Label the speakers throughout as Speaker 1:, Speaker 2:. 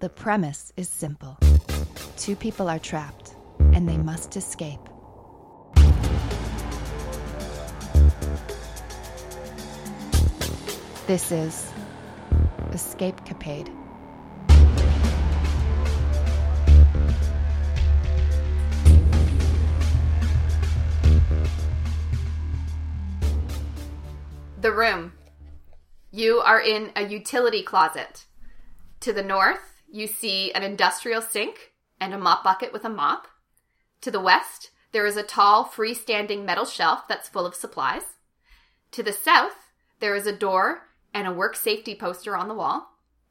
Speaker 1: The premise is simple two people are trapped, and they must escape. This is Escape Capade.
Speaker 2: The room. You are in a utility closet. To the north, you see an industrial sink and a mop bucket with a mop. To the west, there is a tall, freestanding metal shelf that's full of supplies. To the south, there is a door and a work safety poster on the wall.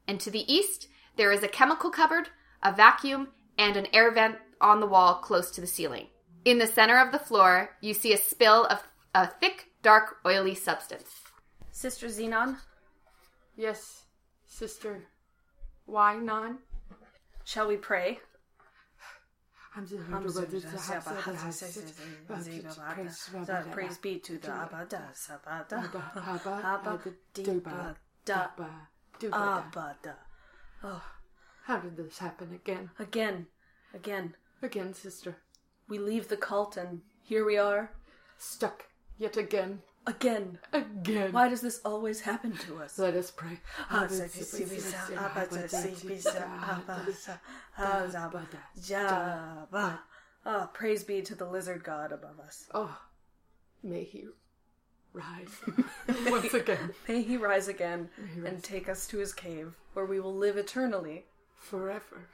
Speaker 2: And to the east, there is a chemical cupboard, a vacuum, and an air vent on the wall close to the ceiling. In the center of the floor, you see a spill of a thick, dark, oily substance.
Speaker 3: Sister Xenon,
Speaker 4: Yes, sister. Why non?
Speaker 3: shall we pray?
Speaker 4: I'm the
Speaker 3: Praise be to the Abada, Sabada, Abba, Deba, Da,
Speaker 4: How
Speaker 3: Abada.
Speaker 4: did this happen again?
Speaker 3: Again, again,
Speaker 4: Again, sister.
Speaker 3: we leave the cult and here we are.
Speaker 4: Stuck yet again.
Speaker 3: Again.
Speaker 4: Again.
Speaker 3: Why does this always happen to us?
Speaker 4: Let us pray.
Speaker 3: Ah, sa- si- si- si- sa- Abba, sa- si- si- sa- Abba, sa- Ah, Abba, Ja- Ba. Ah, praise be to the lizard god above us.
Speaker 4: Oh, may he rise once again.
Speaker 3: May he rise again and take us to his cave, where we will live eternally.
Speaker 4: Forever.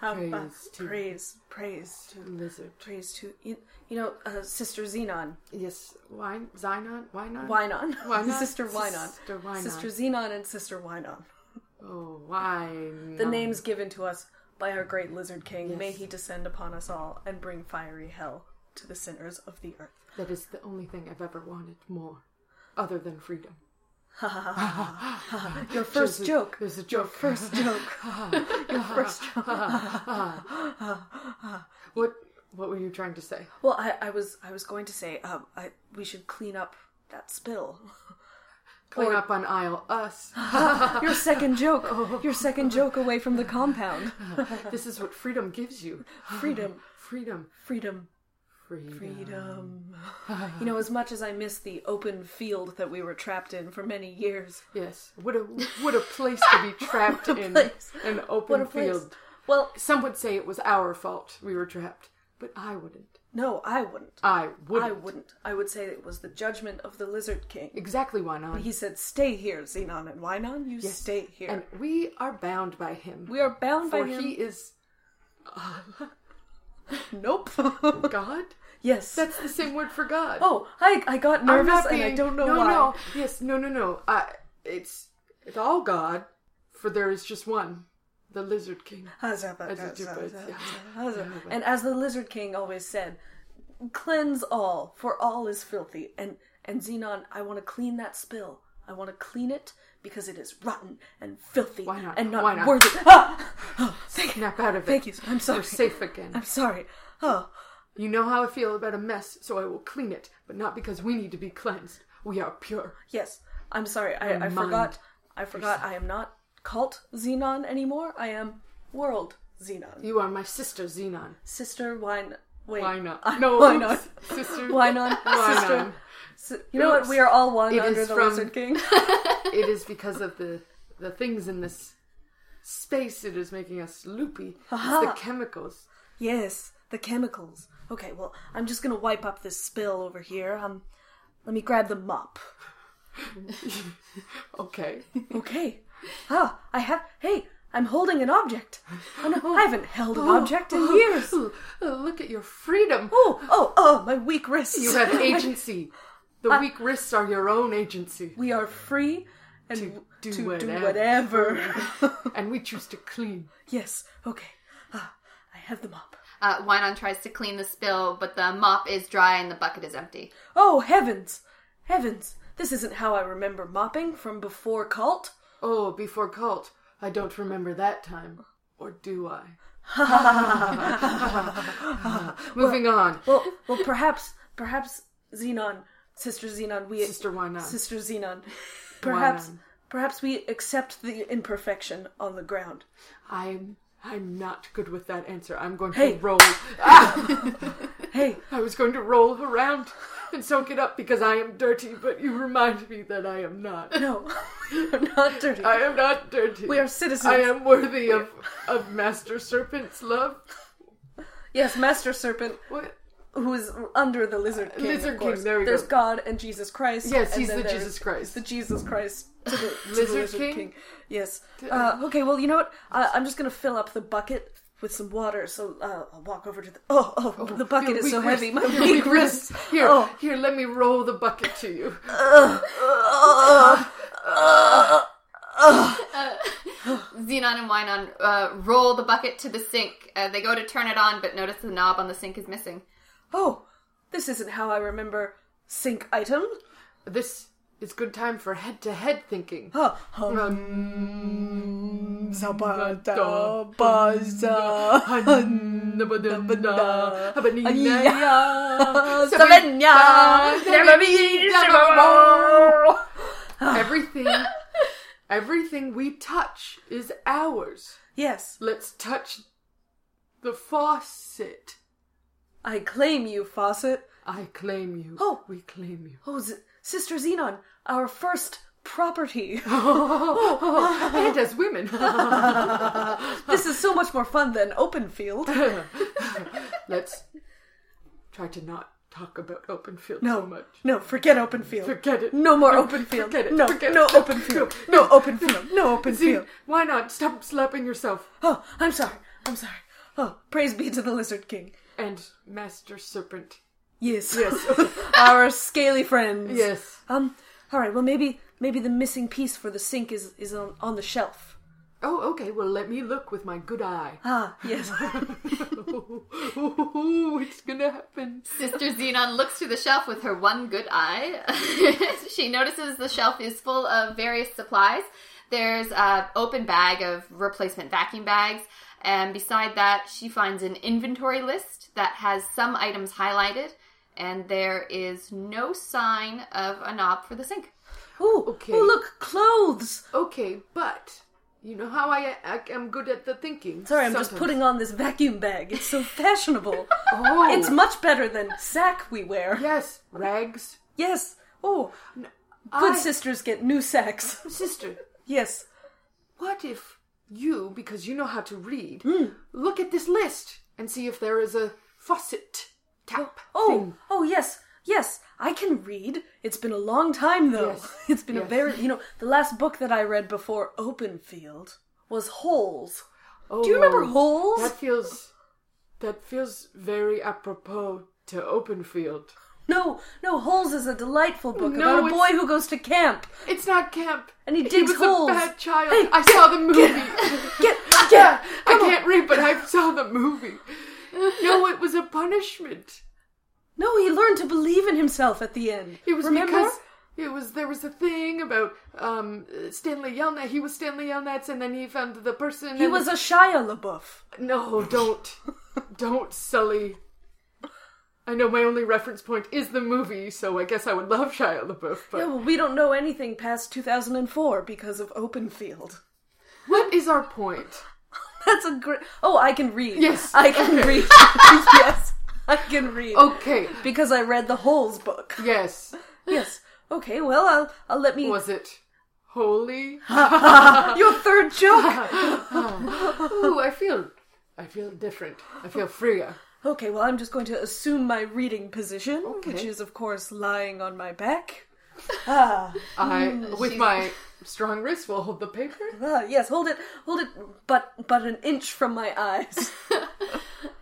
Speaker 3: Praise,
Speaker 4: to-
Speaker 3: praise, praise, to-
Speaker 4: Lizard.
Speaker 3: praise to you you know, uh, Sister Xenon,
Speaker 4: Yes, why, Zion? Why not?
Speaker 3: Wynon,
Speaker 4: Why not?
Speaker 3: Sister Wynon,
Speaker 4: Sister Wynon.
Speaker 3: Sister Xenon, and Sister Wynon.
Speaker 4: Oh, why?
Speaker 3: The
Speaker 4: not?
Speaker 3: names given to us by our great Lizard King. May
Speaker 4: Yes.
Speaker 3: he descend upon us all and bring fiery hell to the sinners of the earth.
Speaker 4: That is the only thing I've ever wanted more, other than freedom.
Speaker 3: Your first
Speaker 4: Just-
Speaker 3: joke.
Speaker 4: There's a
Speaker 3: Your
Speaker 4: joke.
Speaker 3: first joke. Your first joke.
Speaker 4: What? What were you trying to say?
Speaker 3: Well, I, I was I was going to say um, I, we should clean up that spill.
Speaker 4: Clean
Speaker 3: Or-
Speaker 4: up on aisle us.
Speaker 3: Your second joke. Your second joke away from the compound.
Speaker 4: this is what freedom gives you.
Speaker 3: Freedom.
Speaker 4: Freedom.
Speaker 3: Freedom.
Speaker 4: Freedom.
Speaker 3: Freedom. You know, as much as I miss the open field that we were trapped in for many years.
Speaker 4: Yes. What a what a place to be trapped
Speaker 3: What a
Speaker 4: in
Speaker 3: place.
Speaker 4: an
Speaker 3: What a
Speaker 4: open
Speaker 3: place.
Speaker 4: field.
Speaker 3: Well,
Speaker 4: Some would say it was our fault we were trapped, but I wouldn't.
Speaker 3: no, I wouldn't.
Speaker 4: I wouldn't.
Speaker 3: I wouldn't. I would say it was the judgment of the Lizard King.
Speaker 4: Exactly why not?
Speaker 3: He said, "Stay here, Xenon and Wynon. You stay here.
Speaker 4: And we are bound by him.
Speaker 3: we are bound
Speaker 4: for
Speaker 3: by him."
Speaker 4: he is
Speaker 3: Nope.
Speaker 4: God.
Speaker 3: yes.
Speaker 4: That's the same word for God.
Speaker 3: oh, I I got
Speaker 4: I'm
Speaker 3: nervous
Speaker 4: not
Speaker 3: and I
Speaker 4: being-
Speaker 3: don't know
Speaker 4: no,
Speaker 3: why.
Speaker 4: No, yes, no, no, no. I, it's it's all God, for there is just one, the Lizard King.
Speaker 3: And as the Lizard King always said, cleanse all, for all is filthy. And and Xenon, I want to clean that spill. I want to clean it because it is rotten and filthy
Speaker 4: Why not?
Speaker 3: and not,
Speaker 4: Why not?
Speaker 3: worthy. Ah! Oh, thank
Speaker 4: Snap out of it.
Speaker 3: Thank you. I'm sorry.
Speaker 4: We're safe again.
Speaker 3: I'm sorry. Oh,
Speaker 4: You know how I feel about a mess, so I will clean it, but not because we need to be cleansed. We are pure.
Speaker 3: yes. I'm sorry. I, I
Speaker 4: Remind
Speaker 3: forgot. I forgot. I am not cult Xenon anymore. I am world Xenon.
Speaker 4: You are my sister, Xenon.
Speaker 3: Sister Wine. Wait.
Speaker 4: Why not?
Speaker 3: I-
Speaker 4: No,
Speaker 3: why not?
Speaker 4: Sister.
Speaker 3: Why not?
Speaker 4: Why
Speaker 3: Sister.
Speaker 4: not?
Speaker 3: So, you know what? We are all one
Speaker 4: It
Speaker 3: under
Speaker 4: is
Speaker 3: the
Speaker 4: from-
Speaker 3: Lizard King.
Speaker 4: It is because of the the things in this space. It is making us loopy. It's the chemicals.
Speaker 3: yes, the chemicals. Okay, well, I'm just gonna wipe up this spill over here. Um, let me grab the mop.
Speaker 4: Okay.
Speaker 3: Okay. Ah, I have. Hey, I'm holding an object. Oh no, I haven't held an object in years. Oh,
Speaker 4: Oh, look at your freedom.
Speaker 3: oh, oh, my weak wrists.
Speaker 4: You have agency. The weak wrists are your own agency.
Speaker 3: we are free and
Speaker 4: To do
Speaker 3: to
Speaker 4: whatever.
Speaker 3: whatever.
Speaker 4: And we choose to clean.
Speaker 3: yes. Okay. Ah, I have the mop.
Speaker 2: Uh, Wynon tries to clean the spill, but the mop is dry and the bucket is empty.
Speaker 3: Oh heavens, heavens! This isn't how I remember mopping from before cult.
Speaker 4: Oh, before cult, I don't remember that time. Or do I? Moving on.
Speaker 3: well, well, perhaps, perhaps Xenon, Sister Xenon, we
Speaker 4: Sister, why not?
Speaker 3: Sister Xenon, perhaps,
Speaker 4: Wynon.
Speaker 3: Perhaps we accept the imperfection on the ground.
Speaker 4: I'm I'm not good with that answer. I'm going
Speaker 3: Hey.
Speaker 4: to roll. Ah!
Speaker 3: Hey,
Speaker 4: I was going to roll around and soak it up because I am dirty, but you remind me that I am not.
Speaker 3: no, I'm not dirty.
Speaker 4: I am not dirty.
Speaker 3: we are citizens.
Speaker 4: I am worthy of of Master Serpent's love.
Speaker 3: Yes, Master Serpent,
Speaker 4: What?
Speaker 3: who is under the Lizard King.
Speaker 4: Uh, Lizard
Speaker 3: of
Speaker 4: King,
Speaker 3: course.
Speaker 4: there we
Speaker 3: There's
Speaker 4: go.
Speaker 3: God and Jesus Christ.
Speaker 4: Yes,
Speaker 3: and
Speaker 4: he's
Speaker 3: then
Speaker 4: the
Speaker 3: there's
Speaker 4: Jesus Christ.
Speaker 3: The Jesus Christ to the, to the
Speaker 4: Lizard
Speaker 3: Lizard King.
Speaker 4: King?
Speaker 3: Yes. Uh, okay, well, you know what? Uh, I'm just going to fill up the bucket with some water. So uh, I'll walk over to the. Oh, oh, the bucket
Speaker 4: Your
Speaker 3: is so
Speaker 4: weak wrist.
Speaker 3: heavy. My
Speaker 4: Your
Speaker 3: weak wrist.
Speaker 4: Here,
Speaker 3: Oh.
Speaker 4: here. Let me roll the bucket to you.
Speaker 2: Xenon and Wynon uh, roll the bucket to the sink. Uh, they go to turn it on, but notice the knob on the sink is missing.
Speaker 3: Oh, this isn't how I remember sink item.
Speaker 4: This is good time for head to head thinking.
Speaker 3: Oh, hum, zabada, baza.
Speaker 4: Everything, everything we touch is ours.
Speaker 3: Yes,
Speaker 4: Let's touch the faucet.
Speaker 3: I claim you, Fawcett.
Speaker 4: I claim you.
Speaker 3: Oh.
Speaker 4: we claim you.
Speaker 3: Oh, Z- Sister Xenon, our first property.
Speaker 4: Oh, and as women,
Speaker 3: this is so much more fun than open field.
Speaker 4: let's try to not talk about open field so
Speaker 3: No,
Speaker 4: much.
Speaker 3: no, forget open field.
Speaker 4: Forget it.
Speaker 3: No more open field.
Speaker 4: Forget it.
Speaker 3: No,
Speaker 4: Forget
Speaker 3: no
Speaker 4: it.
Speaker 3: open field. No open field. No open
Speaker 4: See,
Speaker 3: field.
Speaker 4: why not? Stop slapping yourself.
Speaker 3: Oh, I'm sorry. I'm sorry. Oh, praise be to the Lizard King.
Speaker 4: And Master Serpent.
Speaker 3: Yes.
Speaker 4: Yes.
Speaker 3: Our scaly friends.
Speaker 4: yes.
Speaker 3: Um, all right. Well, maybe maybe the missing piece for the sink is is on, on the shelf.
Speaker 4: Oh, okay. Well, let me look with my good eye.
Speaker 3: Ah, yes.
Speaker 4: Ooh, it's gonna happen.
Speaker 2: Sister Xenon looks through the shelf with her one good eye. she notices the shelf is full of various supplies. There's an open bag of replacement vacuum bags, and beside that, she finds an inventory list that has some items highlighted, and there is no sign of a knob for the sink.
Speaker 3: Ooh,
Speaker 4: Okay.
Speaker 3: Oh, look, clothes.
Speaker 4: Okay, but you know how I, I am good at the thinking.
Speaker 3: Sorry, I'm just
Speaker 4: Sometimes.
Speaker 3: putting on this vacuum bag. It's so fashionable.
Speaker 4: Oh,
Speaker 3: It's much better than sack we wear.
Speaker 4: yes, rags.
Speaker 3: Yes. Oh, good
Speaker 4: I-
Speaker 3: sisters get new sacks.
Speaker 4: sister.
Speaker 3: Yes.
Speaker 4: What if you, because you know how to read,
Speaker 3: Hmm.
Speaker 4: look at this list and see if there is a faucet tap?
Speaker 3: Oh,
Speaker 4: thing.
Speaker 3: oh yes, yes. I can read. It's been a long time though.
Speaker 4: Yes.
Speaker 3: It's been a
Speaker 4: Yes.
Speaker 3: very you know the last book that I read before Open Field was Holes.
Speaker 4: oh,
Speaker 3: Do you remember Holes?
Speaker 4: That feels that feels very apropos to open field.
Speaker 3: No, no. Holes is a delightful book
Speaker 4: No,
Speaker 3: about a
Speaker 4: it's-
Speaker 3: boy who goes to camp.
Speaker 4: It's not camp.
Speaker 3: And he digs
Speaker 4: did was
Speaker 3: holes.
Speaker 4: a bad child.
Speaker 3: Hey,
Speaker 4: I
Speaker 3: get-
Speaker 4: saw the movie.
Speaker 3: Get, get.
Speaker 4: yeah, I can't read, but I saw the movie. No, it was a punishment.
Speaker 3: No, he learned to believe in himself at the end.
Speaker 4: It was
Speaker 3: Remember?
Speaker 4: because it was there was a thing about um, Stanley Yelnats. He was Stanley Yelnats, and then he found the person.
Speaker 3: he was a Shia LaBeouf.
Speaker 4: no. Don't don't sully. I know my only reference point is the movie, so I guess I would love Shia LaBeouf. But
Speaker 3: Yeah, well, we don't know anything past 2004 because of Open Field.
Speaker 4: what is our point?
Speaker 3: That's a great. Oh, I can read.
Speaker 4: Yes.
Speaker 3: I can read. yes, I can read.
Speaker 4: Okay.
Speaker 3: Because I read the Holes book.
Speaker 4: Yes.
Speaker 3: Yes. Okay. Well, I'll I'll let me.
Speaker 4: Was it holy?
Speaker 3: Your third joke.
Speaker 4: Ooh, I feel, I feel different. I feel freer.
Speaker 3: okay. Well, I'm just going to assume my reading position, which
Speaker 4: Okay.
Speaker 3: is of course lying on my back.
Speaker 4: I,
Speaker 3: Hmm,
Speaker 4: with my strong wrist, will hold the paper.
Speaker 3: Ah, yes. Hold it. Hold it. But but an inch from my eyes.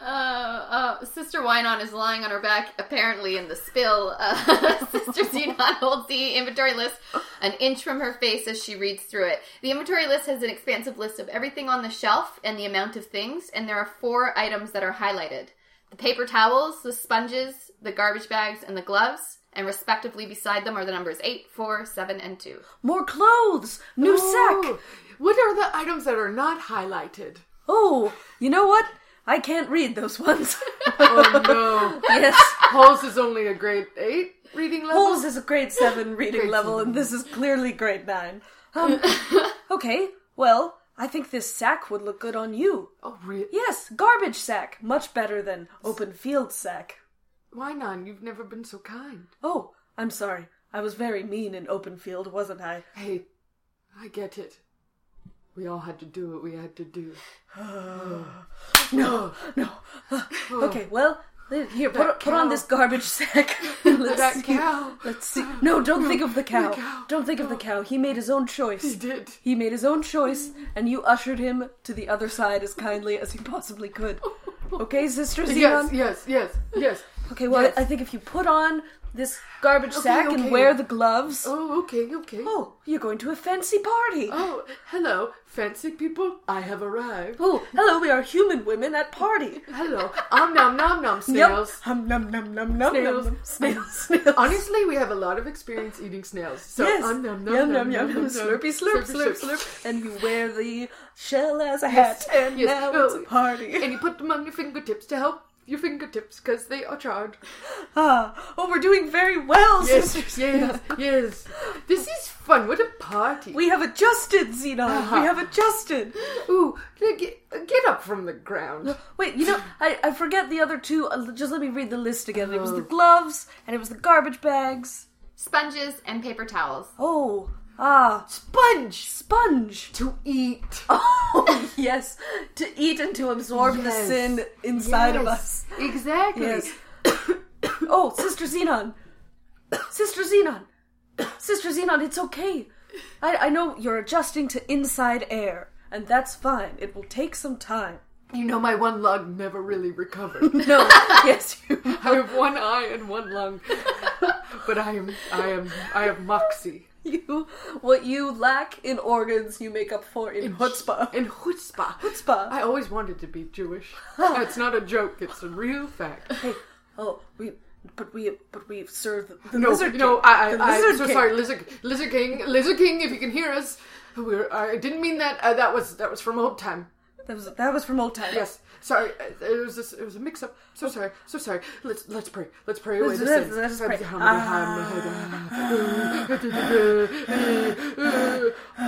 Speaker 2: Uh, uh, Sister Wynon is lying on her back, apparently in the spill. Uh, Sister Xenon holds the inventory list an inch from her face as she reads through it. The inventory list has an expansive list of everything on the shelf and the amount of things, and there are four items that are highlighted the paper towels, the sponges, the garbage bags, and the gloves. And respectively, beside them are the numbers 8, 4, 7, and 2.
Speaker 3: More clothes. New sack.
Speaker 4: Ooh, What are the items that are not highlighted?
Speaker 3: Oh, you know what? I can't read those ones.
Speaker 4: Oh no!
Speaker 3: yes.
Speaker 4: Holes is only a grade eight reading level.
Speaker 3: Holes is a grade seven reading
Speaker 4: Oh, Grade
Speaker 3: level,
Speaker 4: seven.
Speaker 3: and this is clearly grade nine. Um, okay, well, I think this sack would look good on you.
Speaker 4: Oh, really?
Speaker 3: Yes, garbage sack. Much better than open field sack.
Speaker 4: Why not? You've never been so kind.
Speaker 3: Oh, I'm sorry. I was very mean in open field, wasn't I?
Speaker 4: Hey, I get it. We all had to do what we had to do.
Speaker 3: No, no. okay, well, here, put, put on
Speaker 4: cow.
Speaker 3: this garbage sack. Let's
Speaker 4: That
Speaker 3: see.
Speaker 4: cow.
Speaker 3: Let's see. No, don't think of the cow.
Speaker 4: cow.
Speaker 3: Don't think of the cow. He made his own
Speaker 4: He
Speaker 3: choice.
Speaker 4: did.
Speaker 3: He made his own choice, and you ushered him to the other side as kindly as you possibly could. Okay, Sister Xenon?
Speaker 4: Yes, yes, yes, yes.
Speaker 3: Okay, well,
Speaker 4: Yes.
Speaker 3: I think if you put on this garbage sack
Speaker 4: okay.
Speaker 3: and wear the gloves. Oh.
Speaker 4: Oh, okay, okay.
Speaker 3: you're going to a fancy party. Oh.
Speaker 4: Oh, hello, fancy people. I have arrived.
Speaker 3: Oh, hello, we are human women at party.
Speaker 4: Hello. Om nom nom nom snails.
Speaker 3: Yep. Hum, num, num, num, num,
Speaker 4: Snails.
Speaker 3: num, num. Snails. Snails.
Speaker 4: Honestly, we have a lot of experience eating snails. So
Speaker 3: yes.
Speaker 4: om nom nom
Speaker 3: yum,
Speaker 4: nom
Speaker 3: yum, yum,
Speaker 4: nom, nom.
Speaker 3: Slurpy, slurp, slurp, slurp, And you wear the shell as a hat,
Speaker 4: Yes,
Speaker 3: and
Speaker 4: yes.
Speaker 3: now
Speaker 4: Oh.
Speaker 3: it's a party.
Speaker 4: And you put them on your fingertips to help your fingertips because they are charred.
Speaker 3: ah, oh, we're doing very well, sisters.
Speaker 4: Yes, yes, yes. This is fun. What a party.
Speaker 3: We have adjusted, Xenon.
Speaker 4: Uh-huh.
Speaker 3: We have adjusted.
Speaker 4: Ooh, get, get up from the ground.
Speaker 3: Wait, you know, I, I forget the other two. Uh, just let me read the list again. It was
Speaker 4: Uh-huh.
Speaker 3: the gloves, and it was the garbage bags.
Speaker 2: Sponges and paper towels.
Speaker 3: Oh, ah,
Speaker 4: Sponge
Speaker 3: sponge.
Speaker 4: to eat.
Speaker 3: Oh, yes, to eat and to absorb
Speaker 4: Yes.
Speaker 3: the sin inside of us.
Speaker 4: Exactly.
Speaker 3: Yes. oh, Sister Xenon. Sister Xenon. Sister Xenon, it's okay. I, I know you're adjusting to inside air, and that's fine. It will take some time.
Speaker 4: You know, my one lung never really recovered.
Speaker 3: No, yes, you
Speaker 4: I have one eye and one lung, but I am, I am, I have moxie
Speaker 3: You, what you lack in organs, you make up for in, chutzpah.
Speaker 4: and chutzpah.
Speaker 3: Chutzpah.
Speaker 4: I always wanted to be Jewish. That's not a joke. It's a real fact.
Speaker 3: oh, we, but we, but we serve the, the
Speaker 4: No,
Speaker 3: lizard.
Speaker 4: no,
Speaker 3: king.
Speaker 4: I, I,
Speaker 3: The
Speaker 4: I
Speaker 3: lizard
Speaker 4: am so
Speaker 3: king.
Speaker 4: sorry, Lizard, Lizard King, Lizard King. If you can hear us, we're, I didn't mean that. Uh, that was that was from old time.
Speaker 3: That was that was from old time.
Speaker 4: Yes, sorry. uh, It was this, it was a mix up. So sorry, so sorry. Let's let's pray. Let's pray away
Speaker 3: Let's-
Speaker 4: the
Speaker 3: let's-
Speaker 4: sins.
Speaker 3: let's pray. Ah.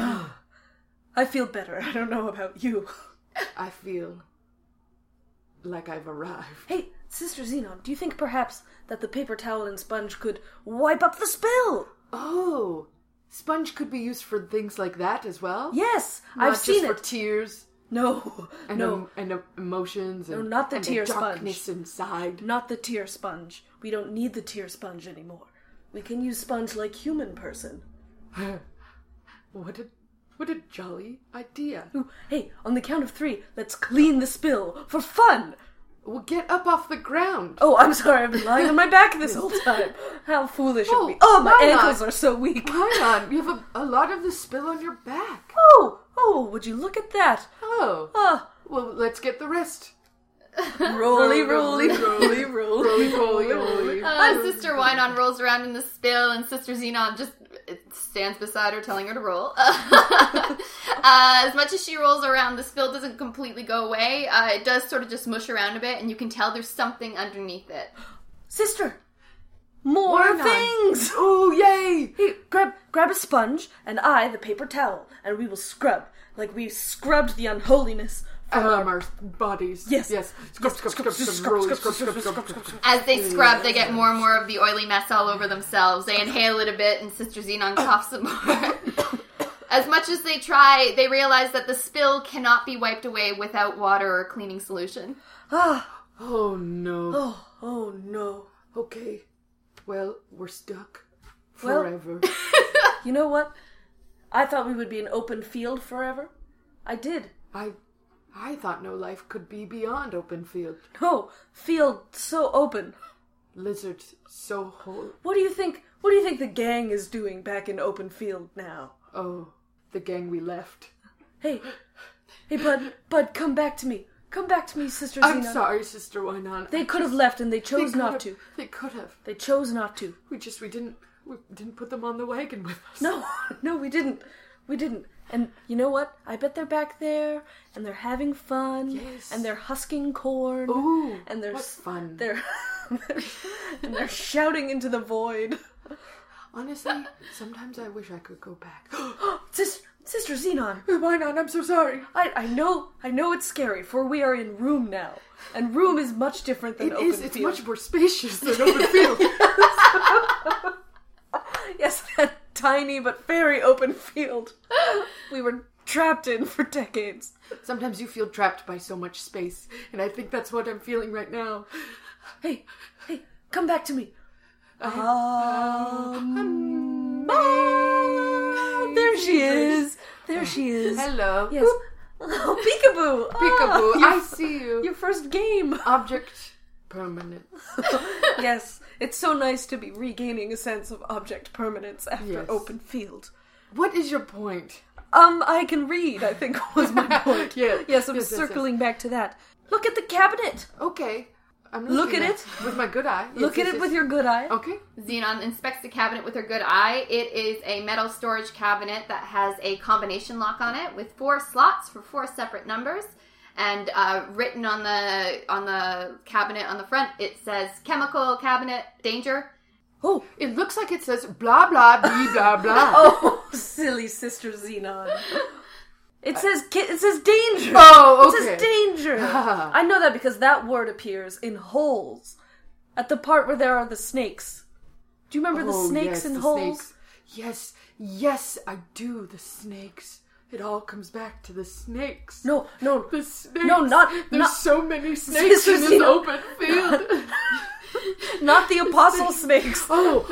Speaker 3: I feel better. I don't know about you.
Speaker 4: I feel like I've arrived.
Speaker 3: Hey, Sister Xenon, do you think perhaps that the paper towel and sponge could wipe up the spill?
Speaker 4: Oh, sponge could be used for things like that as well.
Speaker 3: Yes,
Speaker 4: Not
Speaker 3: I've
Speaker 4: just
Speaker 3: seen
Speaker 4: for
Speaker 3: it.
Speaker 4: tears
Speaker 3: no,
Speaker 4: and
Speaker 3: no,
Speaker 4: em- and em- emotions and
Speaker 3: not the
Speaker 4: and
Speaker 3: tear sponge.
Speaker 4: darkness inside.
Speaker 3: not the tear sponge. We don't need the tear sponge anymore. We can use sponge like human person.
Speaker 4: What a what a jolly idea.
Speaker 3: Ooh, hey, on the count of three, let's clean the spill for fun.
Speaker 4: Well, get up off the ground.
Speaker 3: Oh, I'm sorry, I've been lying on my back this whole time. How foolish
Speaker 4: Oh,
Speaker 3: of me. Oh, my
Speaker 4: why not?
Speaker 3: ankles are so weak.
Speaker 4: Hang on, you have a, a lot of the spill on your back.
Speaker 3: Oh, oh, would you look at that?
Speaker 4: Oh,
Speaker 3: Ah,
Speaker 4: well, let's get the rest.
Speaker 3: roly, roly, roly, roly.
Speaker 4: Roly, roly, roly.
Speaker 2: Uh, Sister Winon rolls around in the spill, and Sister Xenon just uh, stands beside her, telling her to roll. uh, as much as she rolls around, the spill doesn't completely go away. Uh, it does sort of just mush around a bit, and you can tell there's something underneath it.
Speaker 3: Sister, more
Speaker 4: Why not?
Speaker 3: things.
Speaker 4: Oh, yay!
Speaker 3: Hey, grab, grab a sponge, and I the paper towel, and we will scrub like we scrubbed the unholiness.
Speaker 4: Um, our bodies.
Speaker 3: Yes.
Speaker 4: Yes. Scrub, scrub, scrub, scrub, roly, scrub, scrub, scrub, scrub, scrub.
Speaker 2: As they scrub, they get more and more of the oily mess all over themselves. They inhale it a bit, and Sister Xenon coughs some more. as much as they try, they realize that the spill cannot be wiped away without water or cleaning solution.
Speaker 3: Ah,
Speaker 4: Oh, no.
Speaker 3: oh, oh no.
Speaker 4: Okay. Well, we're stuck.
Speaker 3: Well-
Speaker 4: Forever.
Speaker 3: You know what? I thought we would be an open field forever. I did.
Speaker 4: I, I thought no life could be beyond open field.
Speaker 3: No, field so open.
Speaker 4: Lizards so whole.
Speaker 3: What do you think? What do you think the gang is doing back in open field now?
Speaker 4: Oh, the gang we left.
Speaker 3: Hey, hey, Bud, Bud, come back to me. Come back to me, Sister
Speaker 4: I'm
Speaker 3: Xena.
Speaker 4: sorry, Sister Wynon.
Speaker 3: They could have left, and they chose
Speaker 4: could
Speaker 3: not
Speaker 4: have-
Speaker 3: to.
Speaker 4: They could have.
Speaker 3: They chose not to.
Speaker 4: We just we didn't we didn't put them on the wagon with us.
Speaker 3: No, no, we didn't. We didn't. And you know what? I bet they're back there, and they're having fun,
Speaker 4: Yes.
Speaker 3: and they're husking corn,
Speaker 4: Ooh,
Speaker 3: and they're
Speaker 4: what
Speaker 3: s-
Speaker 4: fun.
Speaker 3: They're, and they're shouting into the void.
Speaker 4: Honestly, sometimes I wish I could go back.
Speaker 3: Sis- Sister Xenon,
Speaker 4: Why not? I'm so sorry.
Speaker 3: I, I know I know it's scary, for we are in room now, and room is much different than
Speaker 4: It
Speaker 3: open
Speaker 4: is. It's
Speaker 3: field.
Speaker 4: much more spacious than open field.
Speaker 3: yes, that tiny but very open field we were trapped in for decades.
Speaker 4: Sometimes you feel trapped by so much space, and I think that's what I'm feeling right now.
Speaker 3: Hey, hey, come back to me. Um, ah, there she is. There she is.
Speaker 4: Hello.
Speaker 3: Yes. Oh, peekaboo.
Speaker 4: Peekaboo.
Speaker 3: Ah,
Speaker 4: I
Speaker 3: your,
Speaker 4: see you.
Speaker 3: your first game.
Speaker 4: Object permanent.
Speaker 3: yes, it's so nice to be regaining a sense of object permanence after
Speaker 4: Yes.
Speaker 3: open field.
Speaker 4: What is your point?
Speaker 3: Um, I can read, I think was my point.
Speaker 4: Yeah.
Speaker 3: Yes, I'm
Speaker 4: Yes, yes, yes.
Speaker 3: circling back to that. Look at the cabinet.
Speaker 4: Okay. I'm
Speaker 3: Look
Speaker 4: looking
Speaker 3: at
Speaker 4: it with my good eye. Yes,
Speaker 3: Look
Speaker 4: yes,
Speaker 3: at it
Speaker 4: yes.
Speaker 3: with your good eye.
Speaker 4: Okay.
Speaker 2: Xenon inspects the cabinet with her good eye. It is a metal storage cabinet that has a combination lock on it with four slots for four separate numbers. And uh, written on the on the cabinet on the front, it says "Chemical Cabinet Danger."
Speaker 3: Oh,
Speaker 4: It looks like it says blah blah blah blah blah.
Speaker 3: oh, silly sister Xenon. It says ki- it says danger.
Speaker 4: Oh,
Speaker 3: It says
Speaker 4: okay.
Speaker 3: danger. I know that because that word appears in holes, at the part where there are the snakes. Do you remember the
Speaker 4: Oh,
Speaker 3: snakes
Speaker 4: yes,
Speaker 3: in
Speaker 4: the
Speaker 3: holes?
Speaker 4: snakes. Yes, yes, I do. The snakes. It all comes back to the snakes.
Speaker 3: No, no,
Speaker 4: the snakes.
Speaker 3: no, not-
Speaker 4: There's
Speaker 3: not-
Speaker 4: so many snakes in
Speaker 3: Sister
Speaker 4: this
Speaker 3: Zena.
Speaker 4: open field.
Speaker 3: not the apostle snakes.
Speaker 4: oh,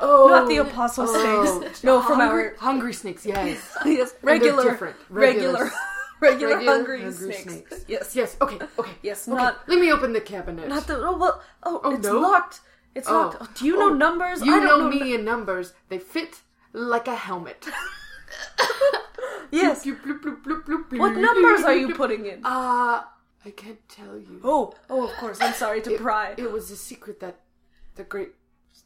Speaker 4: oh,
Speaker 3: Not the apostle
Speaker 4: oh.
Speaker 3: snakes. No, from
Speaker 4: hungry,
Speaker 3: our
Speaker 4: hungry snakes. Yes,
Speaker 3: yes,
Speaker 4: they're
Speaker 3: regular,
Speaker 4: different.
Speaker 3: regular,
Speaker 4: Regular-
Speaker 3: regular,
Speaker 4: Regular
Speaker 3: hungry,
Speaker 4: hungry
Speaker 3: snakes.
Speaker 4: snakes.
Speaker 3: Yes,
Speaker 4: yes. Okay, okay.
Speaker 3: Yes,
Speaker 4: okay.
Speaker 3: not-
Speaker 4: Let me open the cabinet.
Speaker 3: Not the oh well oh,
Speaker 4: Oh,
Speaker 3: it's
Speaker 4: no?
Speaker 3: locked. It's
Speaker 4: Oh.
Speaker 3: locked. Oh, do you know
Speaker 4: Oh,
Speaker 3: numbers?
Speaker 4: You
Speaker 3: I don't
Speaker 4: know
Speaker 3: know
Speaker 4: me in numbers. They fit like a helmet.
Speaker 3: Yes.
Speaker 4: Bloop, bloop, bloop, bloop, bloop, bloop,
Speaker 3: What
Speaker 4: bloop,
Speaker 3: numbers
Speaker 4: bloop,
Speaker 3: are you
Speaker 4: bloop.
Speaker 3: putting in?
Speaker 4: Uh, I can't tell you.
Speaker 3: oh, oh, of course. I'm sorry to pry.
Speaker 4: It was a secret that the great,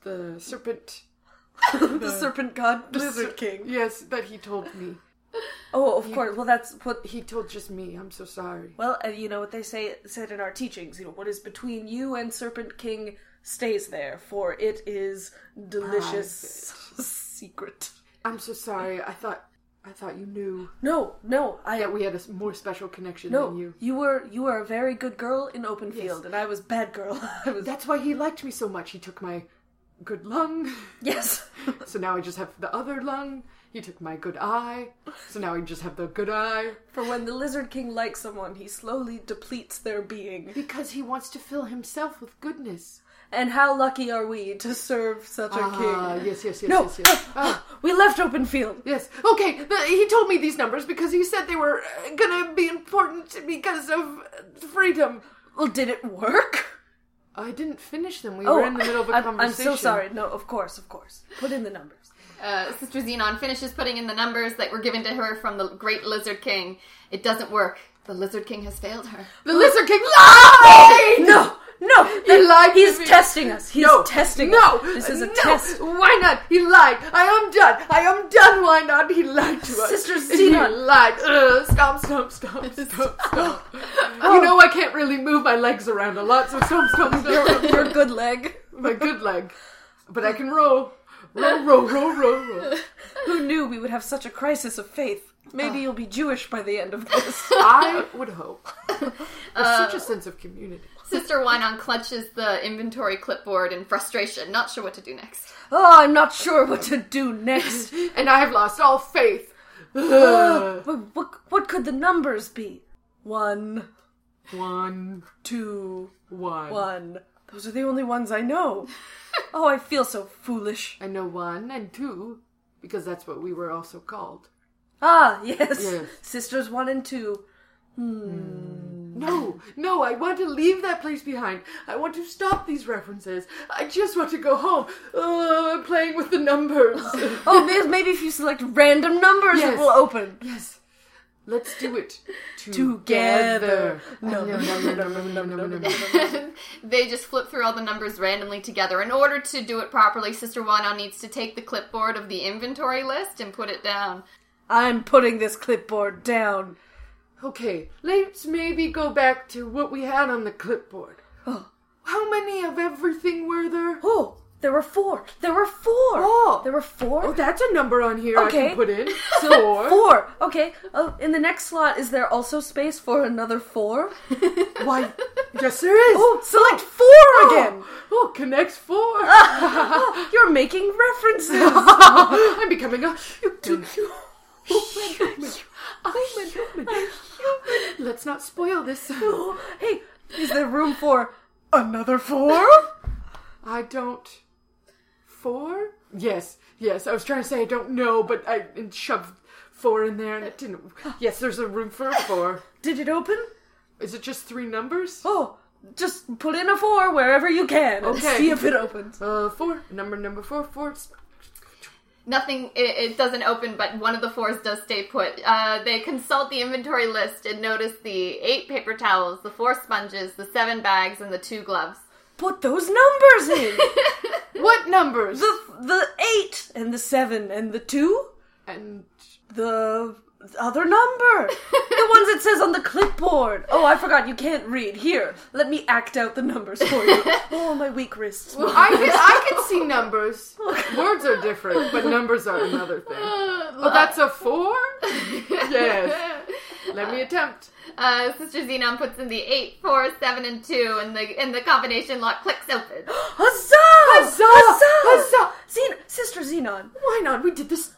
Speaker 4: the serpent,
Speaker 3: the serpent god, the
Speaker 4: ser-
Speaker 3: lizard king.
Speaker 4: Yes, that he told me.
Speaker 3: Oh, of course. Well, that's what.
Speaker 4: He told just me. I'm so sorry.
Speaker 3: Well, uh, you know what they say said in our teachings. You know what is between you and serpent king stays there, for it is delicious secret.
Speaker 4: I'm so sorry. I thought, I thought you knew
Speaker 3: No, no, I
Speaker 4: that we had a s- more special connection
Speaker 3: no.
Speaker 4: than you.
Speaker 3: were you were a very good girl in open field, and I was bad girl. I was
Speaker 4: That's why he liked me so much. He took my good lung,
Speaker 3: yes.
Speaker 4: so now I just have the other lung. He took my good eye, so now I just have the good eye.
Speaker 3: For when the Lizard King likes someone, he slowly depletes their being.
Speaker 4: Because he wants to fill himself with goodness.
Speaker 3: And how lucky are we to serve such a
Speaker 4: Ah,
Speaker 3: king?
Speaker 4: yes, yes, yes,
Speaker 3: No,
Speaker 4: yes, yes. Ah.
Speaker 3: we left open field.
Speaker 4: Yes. Okay. The, he told me these numbers because he said they were uh, gonna be important because of uh, freedom.
Speaker 3: Well, did it work?
Speaker 4: I didn't finish them. We were in the middle of a
Speaker 3: Oh, I'm, I'm
Speaker 4: conversation.
Speaker 3: so sorry. No, of course, of course. Put in the numbers.
Speaker 2: Uh, Sister Xenon finishes putting in the numbers that were given to her from the Great Lizard King. It doesn't work. The Lizard King has failed her.
Speaker 4: The lizard king lied.
Speaker 3: No, no,
Speaker 4: He lied to
Speaker 3: He's
Speaker 4: me.
Speaker 3: testing us. He's
Speaker 4: no,
Speaker 3: testing
Speaker 4: no,
Speaker 3: us. This is a
Speaker 4: no.
Speaker 3: test.
Speaker 4: Why not? He lied. I am done. I am done. Why not? He lied to us.
Speaker 3: Sister
Speaker 4: he
Speaker 3: Zena.
Speaker 4: lied. Ugh, stomp, stomp, stomp, stomp, stomp.
Speaker 3: Oh.
Speaker 4: You know I can't really move my legs around a lot, so stomp, stomp, stomp. stomp.
Speaker 3: Your good leg.
Speaker 4: my good leg, but I can roll. Roll, roll, roll, roll, roll.
Speaker 3: Who knew we would have such a crisis of faith? Maybe you'll be Jewish by the end of this.
Speaker 4: I would hope. There's
Speaker 3: Uh,
Speaker 4: such a sense of community.
Speaker 2: Sister Wynon clutches the inventory clipboard in frustration, not sure what to do next.
Speaker 3: oh, I'm not sure what to do next.
Speaker 4: And I have lost all faith.
Speaker 3: Uh, what, what, what could the numbers be? One,
Speaker 4: One,
Speaker 3: two,
Speaker 4: one.
Speaker 3: one. Those are the only ones I know. oh, I feel so foolish.
Speaker 4: I know one and two because that's what we were also called.
Speaker 3: Ah, yes.
Speaker 4: Yes.
Speaker 3: Sisters one and two.
Speaker 4: No, no, I want to leave that place behind. I want to stop these references. I just want to go home. Uh, playing with the numbers.
Speaker 3: Oh, may- maybe if you select random numbers, it
Speaker 4: Yes.
Speaker 3: will open.
Speaker 4: yes. Let's do it
Speaker 3: Together.
Speaker 4: together. No, no, no, no, no, no, no, no, no.
Speaker 2: They just flip through all the numbers randomly together. In order to do it properly, Sister Wynon needs to take the clipboard of the inventory list and put it down.
Speaker 3: I'm putting this clipboard down.
Speaker 4: Okay, let's maybe go back Oh. to what we had on the clipboard. How many of everything were there?
Speaker 3: Oh, There were four. There were four.
Speaker 4: Oh.
Speaker 3: There were four.
Speaker 4: Oh, that's a number on here I
Speaker 3: Okay.
Speaker 4: can put in. Four.
Speaker 3: Four. Okay. Oh, in the next slot, is there also space for another four?
Speaker 4: Why? Yes, there is.
Speaker 3: Oh, select four again.
Speaker 4: Oh, connects four.
Speaker 3: Oh, You're making references.
Speaker 4: I'm becoming a human. Human. Human. Human. Let's not spoil this.
Speaker 3: hey, is there room for another four?
Speaker 4: I don't. Four? Yes, yes. I was trying to say I don't know, but I shoved four in there and it didn't. Yes, there's a room for a four.
Speaker 3: Did it open?
Speaker 4: Is it just three numbers?
Speaker 3: Oh, just put in a four wherever you can and
Speaker 4: Okay.
Speaker 3: see if it opens.
Speaker 4: Uh, four. Number number four. Four. It's-
Speaker 2: Nothing, it, it doesn't open, but one of the fours does stay put. Uh, they consult the inventory list and notice the eight paper towels, the four sponges, the seven bags, and the two gloves.
Speaker 3: Put those numbers in.
Speaker 4: What numbers?
Speaker 3: the the eight and the seven and the two.
Speaker 4: And
Speaker 3: The other number. the ones it says on the clipboard. Oh, I forgot you can't read. Here, let me act out the numbers for you. oh, my weak wrists.
Speaker 4: I can I can see numbers. Words are different, but numbers are another thing. Oh, that's a four. Yes. Let me attempt.
Speaker 2: Uh, Sister Xenon puts in the eight, four, seven, and two, and the and the combination lock clicks open.
Speaker 3: Huzzah!
Speaker 4: Huzzah!
Speaker 3: Huzzah!
Speaker 4: Huzzah!
Speaker 3: Xen- Sister Xenon,
Speaker 4: Why not? We did this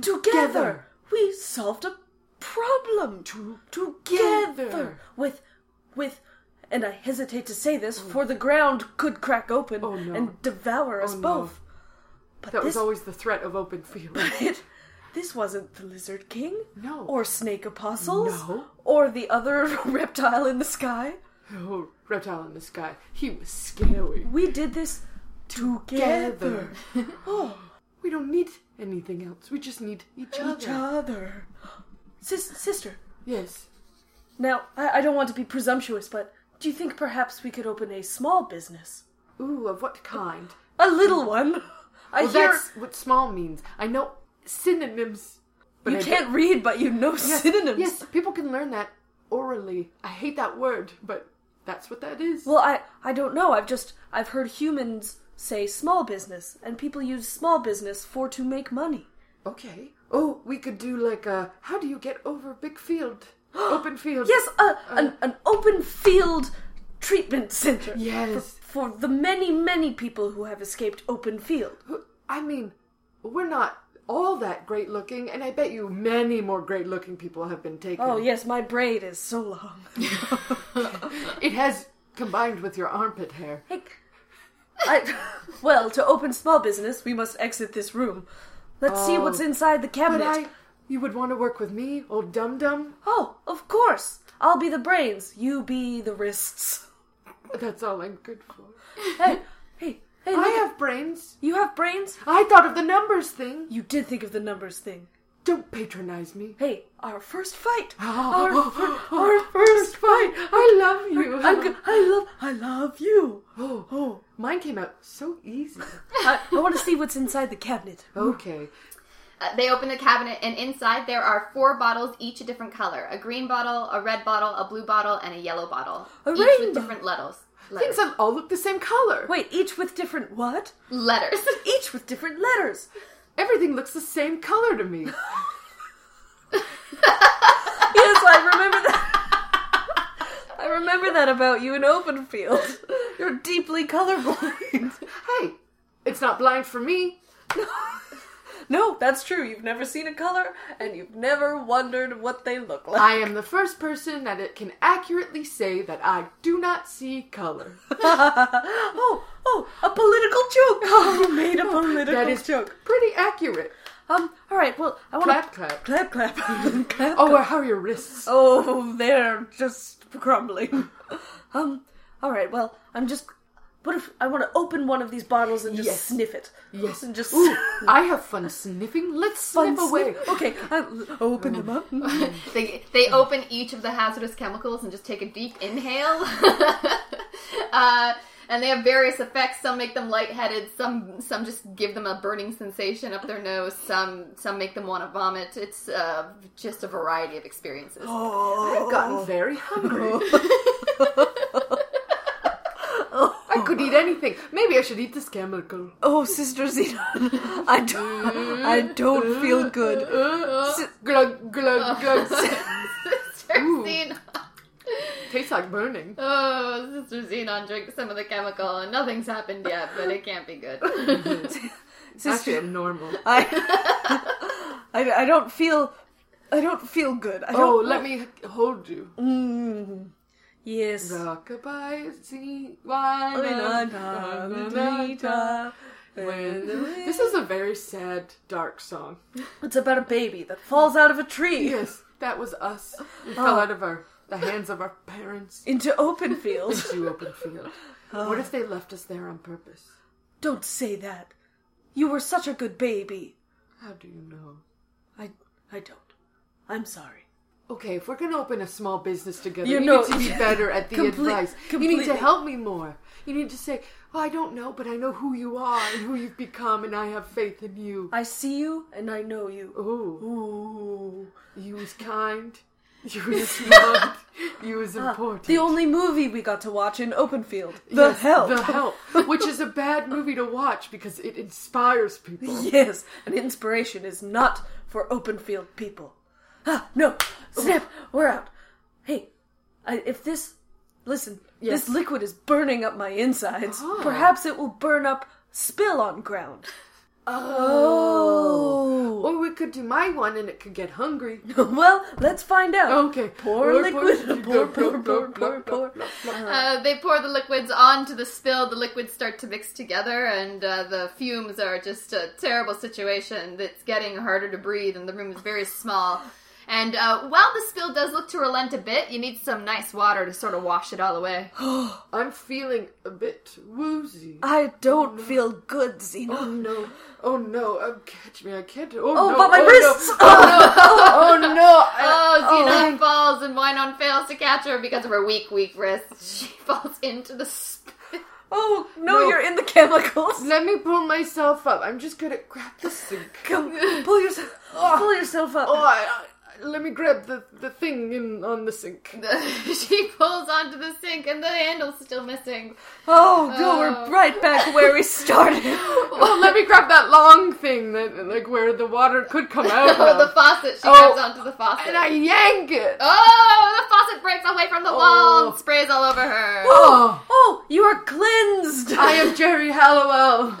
Speaker 3: together, we solved a problem. together. With, with, and I hesitate to say this, for the ground could crack open
Speaker 4: Oh, no. Oh,
Speaker 3: and devour us
Speaker 4: no.
Speaker 3: both. But
Speaker 4: That
Speaker 3: this,
Speaker 4: was always the threat of open field.
Speaker 3: it, this wasn't the Lizard King.
Speaker 4: No.
Speaker 3: Or Snake Apostles.
Speaker 4: No.
Speaker 3: Or the other reptile in the sky.
Speaker 4: Oh, reptile in the sky. He was scary.
Speaker 3: We did this together. Oh,
Speaker 4: Together. We don't need anything else. We just need each
Speaker 3: Each
Speaker 4: other.
Speaker 3: other. Sis- sister,
Speaker 4: Yes.
Speaker 3: now, I-, I don't want to be presumptuous, but do you think perhaps we could open a small business?
Speaker 4: Ooh, of what kind?
Speaker 3: A little one. I
Speaker 4: Well,
Speaker 3: hear
Speaker 4: that's what small means. I know synonyms. But
Speaker 3: you
Speaker 4: I
Speaker 3: can't read, but you know synonyms.
Speaker 4: Yes, people can learn that orally. I hate that word, but that's what that is.
Speaker 3: Well, I I don't know. I've just I've heard humans say small business, and people use small business for to make money.
Speaker 4: okay. Oh, we could do like a how do you get over big field? Open field. Uh,
Speaker 3: Yes, a, an an open field treatment center.
Speaker 4: Yes.
Speaker 3: For the many, many people who have escaped open field.
Speaker 4: I mean, we're not all that great looking, and I bet you many more great looking people have been taken.
Speaker 3: Oh, yes, my braid is so long.
Speaker 4: It has combined with your armpit hair.
Speaker 3: Heck. I, well, to open small business, we must exit this room. Let's see what's inside the
Speaker 4: Oh. But
Speaker 3: cabinet.
Speaker 4: I, you would want to work with me, old dum dum.
Speaker 3: Oh, of course. I'll be the brains. You be the wrists.
Speaker 4: That's all I'm good for.
Speaker 3: Hey, hey, hey! Look
Speaker 4: I
Speaker 3: at-
Speaker 4: have brains.
Speaker 3: you have brains.
Speaker 4: I thought of the numbers thing.
Speaker 3: You did think of the numbers thing.
Speaker 4: Don't patronize me.
Speaker 3: Hey, our first fight.
Speaker 4: Our,
Speaker 3: our
Speaker 4: first fight. I love you.
Speaker 3: I'm g- I love, I love you.
Speaker 4: oh, oh, mine came out so easy.
Speaker 3: I, I want to see what's inside the cabinet.
Speaker 4: Okay.
Speaker 2: Uh, they open the cabinet, and inside there are four bottles, each a different color: a green bottle, a red bottle, a blue bottle, and a yellow bottle,
Speaker 3: A
Speaker 2: each
Speaker 3: rainbow.
Speaker 2: with different letters.
Speaker 4: Things
Speaker 2: Letters.
Speaker 4: that all look the same color.
Speaker 3: Wait, each with different what?
Speaker 2: letters.
Speaker 3: Each with different letters.
Speaker 4: Everything looks the same color to me.
Speaker 3: Yes, I remember that. I remember that about you in open field. You're deeply colorblind.
Speaker 4: hey, it's not blind for me.
Speaker 3: No, that's true. You've never seen a color, and you've never wondered what they look like.
Speaker 4: I am the first person that it can accurately say that I do not see color.
Speaker 3: Oh, oh, a political joke. Oh, you made a political
Speaker 4: That is
Speaker 3: joke.
Speaker 4: pretty accurate.
Speaker 3: Um, all right. Well, I want
Speaker 4: Clap, clap.
Speaker 3: clap, clap, clap.
Speaker 4: Oh, how are your wrists?
Speaker 3: oh, they're just crumbling. um, all right. Well, I'm just. What if I want to open one of these bottles and just
Speaker 4: Yes.
Speaker 3: sniff it?
Speaker 4: Yes.
Speaker 3: and just
Speaker 4: Ooh, I have fun sniffing. Let's
Speaker 3: fun
Speaker 4: sniff away.
Speaker 3: sniff. Okay, I'll open them up.
Speaker 2: they, they open each of the hazardous chemicals and just take a deep inhale. uh, and they have various effects. Some make them lightheaded. Some some just give them a burning sensation up their nose. Some some make them want to vomit. It's uh, just a variety of experiences.
Speaker 3: Oh.
Speaker 4: I've gotten very hungry. I could eat eat anything. Maybe I should eat this chemical.
Speaker 3: Oh, Sister Xenon, I don't, I don't feel good. Uh-huh.
Speaker 4: Uh, glug, glug, glug.
Speaker 2: Sister
Speaker 4: Ooh.
Speaker 2: Xenon.
Speaker 4: Tastes like burning.
Speaker 2: Oh, Sister Xenon drinks some of the chemical and nothing's happened yet, but it can't be good.
Speaker 4: Actually,
Speaker 3: Sister,
Speaker 4: I'm normal.
Speaker 3: I, I, I don't feel, I don't feel good. I
Speaker 4: Oh,
Speaker 3: don't, Mm.
Speaker 4: let me hold you.
Speaker 3: Yes.
Speaker 4: Rockabye, see
Speaker 3: Oh,
Speaker 4: why not? Na, na, na, na. When the- This is a very sad, dark song.
Speaker 3: It's about a baby that falls out of a tree
Speaker 4: Yes, that was us.
Speaker 3: Oh.
Speaker 4: We fell out of our the hands of our parents
Speaker 3: into open field.
Speaker 4: into open field.
Speaker 3: Oh.
Speaker 4: What if they left us there on purpose?
Speaker 3: Don't say that. You were such a good baby.
Speaker 4: How do you know?
Speaker 3: I I don't. I'm sorry.
Speaker 4: Okay, if we're gonna open a small business together,
Speaker 3: You
Speaker 4: you,
Speaker 3: know-
Speaker 4: need to be better at the
Speaker 3: Complete-
Speaker 4: advice. You need
Speaker 3: completely.
Speaker 4: to help me more. You need to say, "Oh, I don't know, but I know who you are and who you've become, and I have faith in you."
Speaker 3: I see you and I know you.
Speaker 4: Ooh,
Speaker 3: Ooh.
Speaker 4: you was kind. You was smart. you was important.
Speaker 3: Ah, The only movie we got to watch in open field. The
Speaker 4: Yes,
Speaker 3: Help.
Speaker 4: The Help, which is a bad movie to watch because it inspires people.
Speaker 3: Yes, and inspiration is not for open field people. Ah, no. Snap, we're out. Hey, I, if this. Listen,
Speaker 4: Yes. Ah.
Speaker 3: this liquid is burning up my insides. Perhaps it will burn up spill on ground. Oh.
Speaker 4: Or we could do my one and it could get hungry.
Speaker 3: well, let's find out.
Speaker 4: Okay.
Speaker 3: Pour
Speaker 4: Or-
Speaker 3: liquid. Pour, pour, pour, pour, pour.
Speaker 2: Uh, they pour the liquids onto the spill. The liquids start to mix together, and uh, the fumes are just a terrible situation that's getting harder to breathe, and the room is very small. And uh, while the spill does look to relent a bit, you need some nice water to sort of wash it all away. Oh,
Speaker 4: I'm feeling a bit woozy.
Speaker 3: I don't feel good, Xena.
Speaker 4: Oh no! Oh no! Oh, catch me! I can't. Oh,
Speaker 3: Oh,
Speaker 4: no!
Speaker 3: but my
Speaker 4: oh,
Speaker 3: wrists!
Speaker 4: No. Oh no! I-
Speaker 2: Oh, Xenon falls, and Wynon fails to catch her because of her weak, weak wrist. She falls into the spill.
Speaker 3: Oh, no,
Speaker 4: No.
Speaker 3: you're in the chemicals.
Speaker 4: Let me pull myself up. I'm just gonna grab the sink.
Speaker 3: Come, pull yourself, pull yourself up.
Speaker 4: Oh, I, I, let me grab the the thing in on the sink.
Speaker 2: she pulls onto the sink, and the handle's still missing.
Speaker 3: Oh, no, we're right back where we started.
Speaker 4: Oh, let me grab that long thing that like where the water could come out.
Speaker 2: Oh,
Speaker 4: of.
Speaker 2: the faucet. She
Speaker 4: Uh-huh. Oh,
Speaker 2: grabs onto the faucet.
Speaker 4: and I yank it.
Speaker 2: Oh, the faucet breaks away from the wall
Speaker 4: Oh.
Speaker 2: and sprays all over her.
Speaker 4: Oh,
Speaker 3: Oh, you are cleansed.
Speaker 4: I am Jerry Hallowell.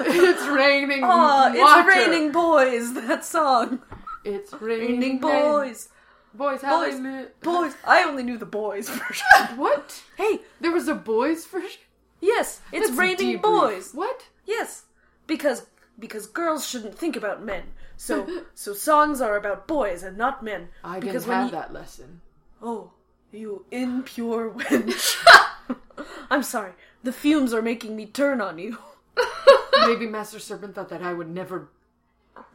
Speaker 4: it's raining.
Speaker 3: Aw, Ah, Oh, it's
Speaker 4: water.
Speaker 3: raining boys. That song,
Speaker 4: It's raining,
Speaker 3: raining
Speaker 4: men.
Speaker 3: boys, boys,
Speaker 4: Boys, hallelujah.
Speaker 3: boys. I only knew the boys version.
Speaker 4: What?
Speaker 3: hey,
Speaker 4: There was a boys version.
Speaker 3: yes, it's
Speaker 4: Let's
Speaker 3: raining
Speaker 4: debrief.
Speaker 3: boys.
Speaker 4: What?
Speaker 3: Yes, because because girls shouldn't think about men. So so songs are about boys and not men.
Speaker 4: I didn't
Speaker 3: because when
Speaker 4: have
Speaker 3: you-
Speaker 4: that lesson.
Speaker 3: Oh, you impure wench. I'm sorry. The fumes are making me turn on you.
Speaker 4: Maybe Master Serpent thought that I would never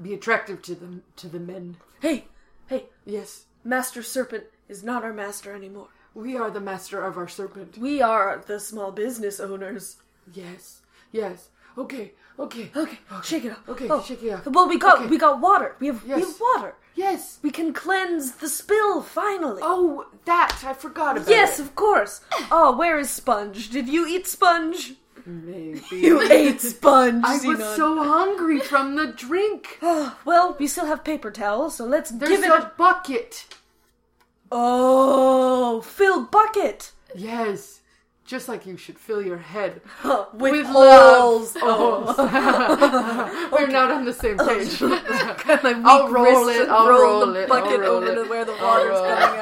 Speaker 4: be attractive to the to the men.
Speaker 3: Hey, hey,
Speaker 4: Yes,
Speaker 3: Master Serpent is not our master anymore.
Speaker 4: we are the master of our serpent.
Speaker 3: We are the small business owners.
Speaker 4: Yes, yes. Okay, okay,
Speaker 3: Okay, shake it up. Oh,
Speaker 4: Okay, shake it up.
Speaker 3: Well, we got
Speaker 4: Okay.
Speaker 3: we got water. We have we
Speaker 4: Yes.
Speaker 3: have water.
Speaker 4: Yes.
Speaker 3: We can cleanse the spill finally.
Speaker 4: Oh, that I forgot about.
Speaker 3: yes,
Speaker 4: it.
Speaker 3: of course. Oh, where is Sponge? Did you eat Sponge?
Speaker 4: Maybe.
Speaker 3: You ate Sponge.
Speaker 4: I was
Speaker 3: Xenon.
Speaker 4: so hungry from the drink.
Speaker 3: well. We still have paper towels, so let's
Speaker 4: There's
Speaker 3: give it.
Speaker 4: a
Speaker 3: A...
Speaker 4: bucket.
Speaker 3: Oh, fill bucket.
Speaker 4: Yes. Just like you should fill your head
Speaker 3: Huh, With,
Speaker 4: with
Speaker 3: holes.
Speaker 4: love. Oh. We're not on the same page.
Speaker 3: I'll
Speaker 4: roll it, I'll roll
Speaker 3: the
Speaker 4: it, I'll
Speaker 3: bucket
Speaker 4: roll
Speaker 3: over
Speaker 4: it.
Speaker 3: to where the
Speaker 4: I'll
Speaker 3: water's
Speaker 4: roll it.
Speaker 3: coming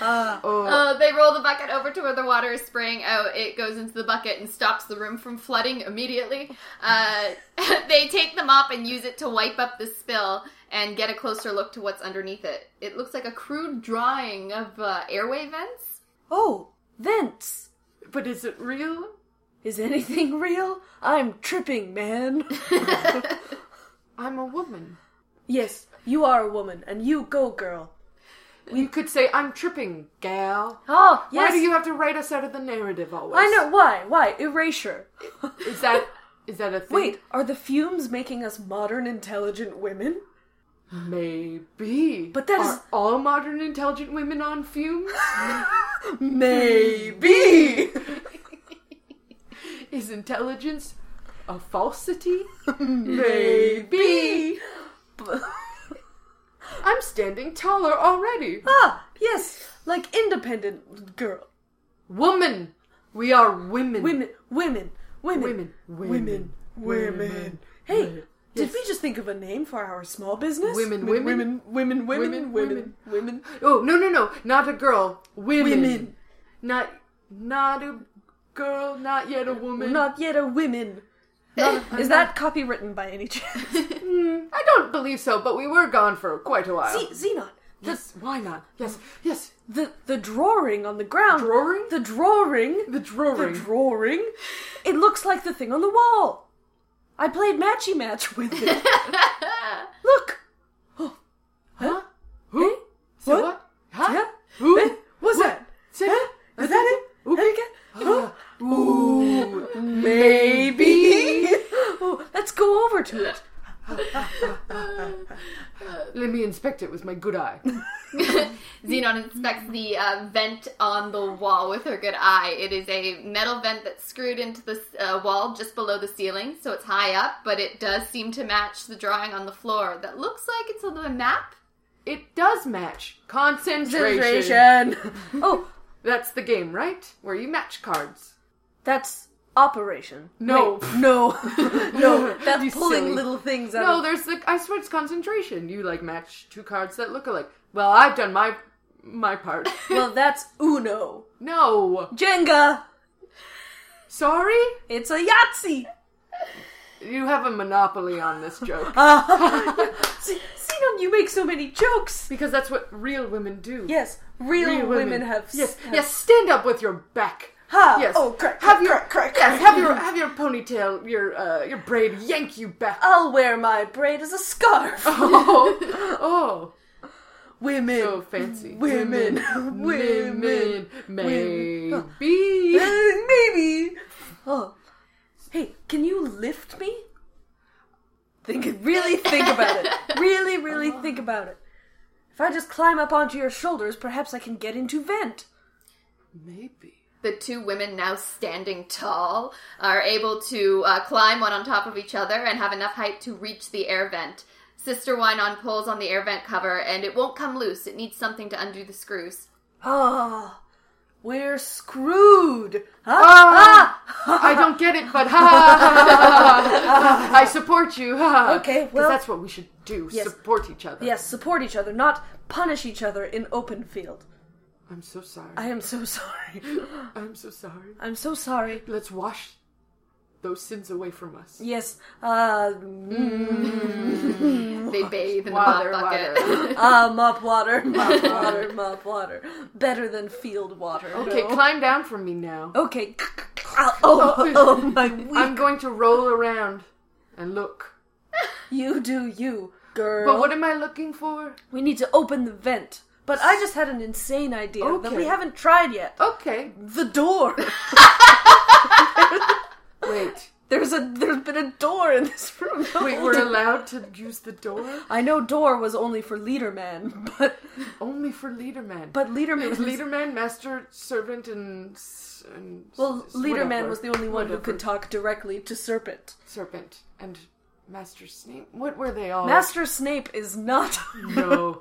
Speaker 3: out. Oh.
Speaker 2: Uh, they roll the bucket over to where the water is spraying out. It goes into the bucket and stops the room from flooding immediately. Uh, they take the mop and use it to wipe up the spill and get a closer look to what's underneath it. It looks like a crude drawing of uh, airway vents.
Speaker 3: Oh, vents.
Speaker 4: But is it real?
Speaker 3: Is anything real? I'm tripping, man.
Speaker 4: I'm a woman.
Speaker 3: yes, you are a woman, and you go, girl.
Speaker 4: You could say, I'm tripping, gal.
Speaker 3: Oh, yes.
Speaker 4: Why do you have to write us out of the narrative always?
Speaker 3: I know why. Why erasure?
Speaker 4: Is that is that a thing?
Speaker 3: Wait, are the fumes making us modern, intelligent women?
Speaker 4: Maybe.
Speaker 3: But that
Speaker 4: Are
Speaker 3: is-
Speaker 4: all modern intelligent women on fumes?
Speaker 3: Maybe.
Speaker 4: Is intelligence a falsity? Maybe. I'm standing taller already.
Speaker 3: Ah, yes, like independent girl.
Speaker 4: Woman. We are women.
Speaker 3: Women, women, women,
Speaker 4: Women.
Speaker 3: women, women. Hey, did we just think of a name for our small business?
Speaker 4: Women,
Speaker 3: women,
Speaker 4: women.
Speaker 3: women, women, women,
Speaker 4: Women, women.
Speaker 3: women.
Speaker 4: Oh no no no! Not a girl. Women.
Speaker 3: Women.
Speaker 4: Not not a girl. Not yet a woman.
Speaker 3: Not yet a women. Not a- is that copywritten by any chance?
Speaker 4: I don't believe so. But we were gone for quite a while.
Speaker 3: See, Xenon, the,
Speaker 4: yes. Why not? Yes. Yes.
Speaker 3: the the drawing on the ground.
Speaker 4: Drawing?
Speaker 3: The drawing.
Speaker 4: The drawing.
Speaker 3: The drawing. It looks like the thing on the wall. I played matchy match with it. Look. Eh?
Speaker 4: huh? Who? Say
Speaker 3: What?
Speaker 4: what? Huh?
Speaker 3: Yeah.
Speaker 4: Who?
Speaker 3: Eh? What's
Speaker 4: What?
Speaker 3: that?
Speaker 4: Say
Speaker 3: Huh? Is that it?
Speaker 4: Ooh.
Speaker 3: That again?
Speaker 4: Ah.
Speaker 3: Huh?
Speaker 4: Ooh. Maybe.
Speaker 3: Oh, let's go over to it.
Speaker 4: Let me inspect it with my good eye.
Speaker 2: Xenon inspects the uh, vent on the wall with her good eye. It is a metal vent that's screwed into the uh, wall just below the ceiling, so it's high up, but it does seem to match the drawing on the floor that looks like it's on the map.
Speaker 4: It does match concentration.
Speaker 3: oh,
Speaker 4: That's the game, right? Where you match cards.
Speaker 3: that's operation.
Speaker 4: No.
Speaker 3: Wait, no, no. That's
Speaker 4: You
Speaker 3: pulling
Speaker 4: silly.
Speaker 3: little things out.
Speaker 4: No,
Speaker 3: of...
Speaker 4: there's the. I swear it's concentration. You like match two cards that look alike. Well, I've done my my part.
Speaker 3: Well, that's Uno,
Speaker 4: No,
Speaker 3: Jenga.
Speaker 4: sorry,
Speaker 3: It's a Yahtzee.
Speaker 4: you have a monopoly on this joke
Speaker 3: Uh, See, Sinon, you make so many jokes.
Speaker 4: because that's what real women do.
Speaker 3: Yes, real,
Speaker 4: Real
Speaker 3: women. have.
Speaker 4: Yes,
Speaker 3: have-
Speaker 4: yes. Stand up with your back.
Speaker 3: Ha!
Speaker 4: Yes.
Speaker 3: Oh, crack,
Speaker 4: Have your
Speaker 3: crack, crack,
Speaker 4: yes.
Speaker 3: crack.
Speaker 4: Have your have your ponytail, your uh, your braid yank you back.
Speaker 3: I'll wear my braid as a scarf.
Speaker 4: Oh, oh.
Speaker 3: Women.
Speaker 4: so fancy.
Speaker 3: Women. Women.
Speaker 4: women,
Speaker 3: Women.
Speaker 4: maybe.
Speaker 3: Maybe. Oh. Hey, can you lift me? Think really think about it. Really, really think about it. If I just climb up onto your shoulders, perhaps I can get into vent.
Speaker 4: Maybe.
Speaker 2: The two women, now standing tall, are able to uh, climb one on top of each other and have enough height to reach the air vent. Sister Winon pulls on the air vent cover, and it won't come loose. It needs something to undo the screws.
Speaker 3: Ah, we're screwed. Ah,
Speaker 4: Ah! I don't get it, but ha, ha, ha, ha, ha. I support you. Ha. ha.
Speaker 3: Okay,
Speaker 4: 'Cause
Speaker 3: well-
Speaker 4: that's what we should do.
Speaker 3: Yes.
Speaker 4: Support each other.
Speaker 3: Yes, support each other, not punish each other in open field.
Speaker 4: I'm so sorry.
Speaker 3: I am so sorry.
Speaker 4: I'm so sorry.
Speaker 3: I'm so sorry.
Speaker 4: Let's wash those sins away from us.
Speaker 3: Yes. Uh,
Speaker 2: They bathe in
Speaker 4: Water,
Speaker 2: the mop bucket.
Speaker 4: water.
Speaker 3: ah, mop water, mop water, mop water. Better than field water.
Speaker 4: Okay,
Speaker 3: no?
Speaker 4: climb down from me now.
Speaker 3: Okay. Ah, Oh, oh, my weak.
Speaker 4: I'm going to roll around and look.
Speaker 3: You do you, girl.
Speaker 4: But what am I looking for?
Speaker 3: we need to open the vent. But I just had an insane idea that we
Speaker 4: Okay.
Speaker 3: haven't tried yet.
Speaker 4: Okay,
Speaker 3: The door.
Speaker 4: wait.
Speaker 3: There's a there's been a door in this room.
Speaker 4: Wait, we're allowed to use the door?
Speaker 3: I know door was only for leaderman, but
Speaker 4: Only for Leaderman.
Speaker 3: but leaderman
Speaker 4: Mm-hmm. it was
Speaker 3: was-
Speaker 4: Leaderman, Master, Servant, and. s- and
Speaker 3: Well, leaderman was the only one who could
Speaker 4: talk.
Speaker 3: talk directly to serpent.
Speaker 4: Serpent and Master Snape. What were they all?
Speaker 3: Master Snape is not.
Speaker 4: Mm.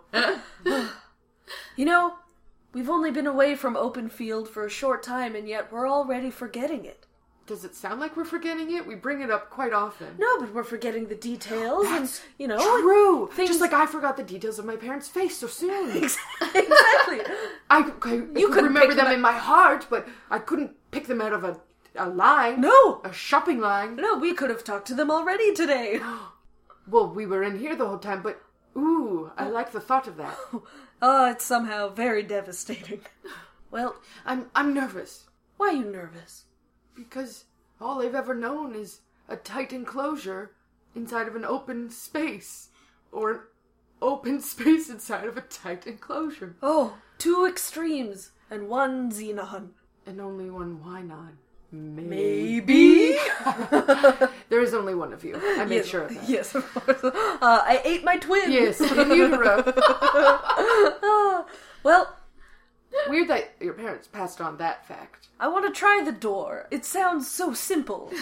Speaker 4: No.
Speaker 3: You know, we've only been away from open field for a short time, and yet we're already forgetting it.
Speaker 4: Does it sound like we're forgetting it? We bring it up quite often.
Speaker 3: No, but we're forgetting the details,
Speaker 4: That's
Speaker 3: and you know,
Speaker 4: True.
Speaker 3: things-
Speaker 4: Just like I forgot the details of my parents' face so soon.
Speaker 3: exactly.
Speaker 4: I, I, you
Speaker 3: couldn't
Speaker 4: could remember
Speaker 3: pick
Speaker 4: them
Speaker 3: them
Speaker 4: in my heart, but I couldn't pick them out of a, a line.
Speaker 3: No.
Speaker 4: A shopping line.
Speaker 3: No, we could have talked to them already today.
Speaker 4: Well, we were in here the whole time, but ooh, I like the thought of that.
Speaker 3: Oh, it's somehow very devastating. Well,
Speaker 4: I'm I'm nervous
Speaker 3: why are you nervous?
Speaker 4: because all I've ever known is a tight enclosure inside of an open space or an open space inside of a tight enclosure
Speaker 3: Oh, two extremes and one xenon.
Speaker 4: and only one Wynon.
Speaker 3: Maybe.
Speaker 4: There is only one of you. I made sure of that.
Speaker 3: Yes, of course. Uh, I ate my twin.
Speaker 4: Yes, in utero.
Speaker 3: well,
Speaker 4: Weird that your parents passed on that fact.
Speaker 3: I want to try the door. It sounds so simple.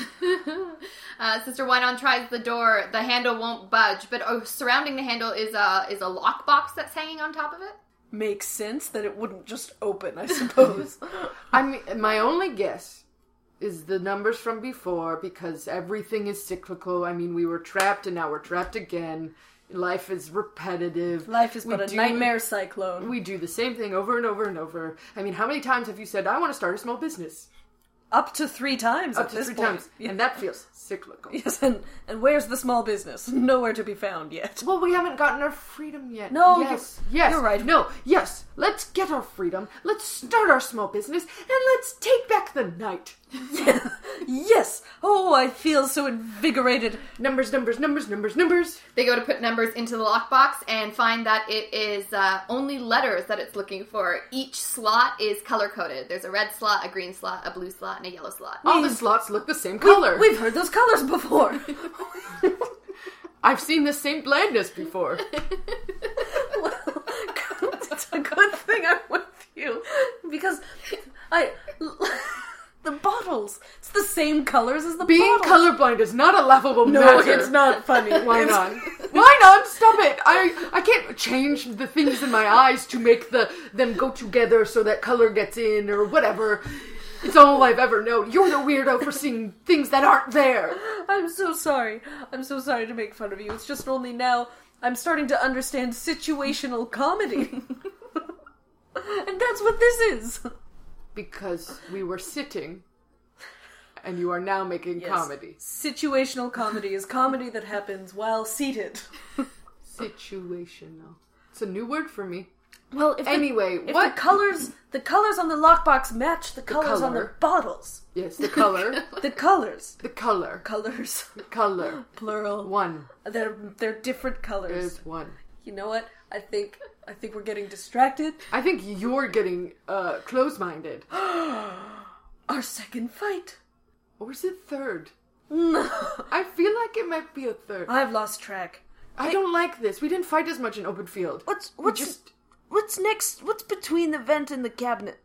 Speaker 2: Uh, Sister Wynon tries the door. The handle won't budge, but uh, surrounding the handle is a is a lockbox that's hanging on top of it.
Speaker 3: Makes sense that it wouldn't just open, I suppose.
Speaker 4: I mean, my only guess is the numbers from before because everything is cyclical. I mean, we were trapped and now we're trapped again. Life is repetitive.
Speaker 3: Life is
Speaker 4: We
Speaker 3: but a
Speaker 4: do-
Speaker 3: nightmare cyclone.
Speaker 4: We do the same thing over and over and over. I mean, how many times have you said, I want to start a small business?
Speaker 3: Up to three times
Speaker 4: Up
Speaker 3: at
Speaker 4: to
Speaker 3: this
Speaker 4: three
Speaker 3: point.
Speaker 4: times. And that feels cyclical.
Speaker 3: Yes, and, and where's the small business? Nowhere to be found yet.
Speaker 4: Well, we haven't gotten our freedom yet.
Speaker 3: No, you-
Speaker 4: yes, yes,
Speaker 3: you're right.
Speaker 4: No, yes. Let's get our freedom. Let's start our small business, and let's take back the night.
Speaker 3: Yes! Oh, I feel so invigorated.
Speaker 4: Numbers, numbers, numbers, numbers, numbers.
Speaker 2: They go to put numbers into the lockbox and find that it is uh, only letters that it's looking for. Each slot is color coded. There's a red slot, a green slot, a blue slot, and a yellow slot.
Speaker 4: All the slots look the same color.
Speaker 3: We've heard those colors before.
Speaker 4: I've seen the same blandness before.
Speaker 3: well, it's a good thing I'm with you because I the bottles. It's the same colors as the
Speaker 4: Being
Speaker 3: bottles.
Speaker 4: colorblind is not a laughable
Speaker 3: no,
Speaker 4: matter.
Speaker 3: it's not funny.
Speaker 4: Why
Speaker 3: It's-
Speaker 4: not? Why not? Stop it! I I can't change the things in my eyes to make the them go together so that color gets in or whatever. It's all I've ever known. You're the weirdo for seeing things that aren't there.
Speaker 3: I'm so sorry. I'm so sorry to make fun of you. It's just only now I'm starting to understand situational comedy. and that's what this is.
Speaker 4: Because we were sitting, and you are now making comedy.
Speaker 3: Situational comedy is comedy that happens while seated.
Speaker 4: Situational. It's a new word for me.
Speaker 3: Well, if
Speaker 4: Anyway,
Speaker 3: the, if
Speaker 4: what-
Speaker 3: the colors the colors on the lockbox match the colors on the
Speaker 4: color.
Speaker 3: bottles.
Speaker 4: Yes, the color.
Speaker 3: The colors.
Speaker 4: the color.
Speaker 3: colors.
Speaker 4: Color.
Speaker 3: Plural.
Speaker 4: One
Speaker 3: They're they're different colors.
Speaker 4: is one.
Speaker 3: You know what? I think I think we're getting distracted.
Speaker 4: I think you're getting uh, close-minded.
Speaker 3: Our second fight.
Speaker 4: Or is it third?
Speaker 3: No.
Speaker 4: I feel like it might be a third.
Speaker 3: I've lost track.
Speaker 4: I don't like this. We didn't fight as much in open field.
Speaker 5: What's
Speaker 4: We
Speaker 5: what's
Speaker 4: just
Speaker 5: what's next? What's between the vent and the cabinet?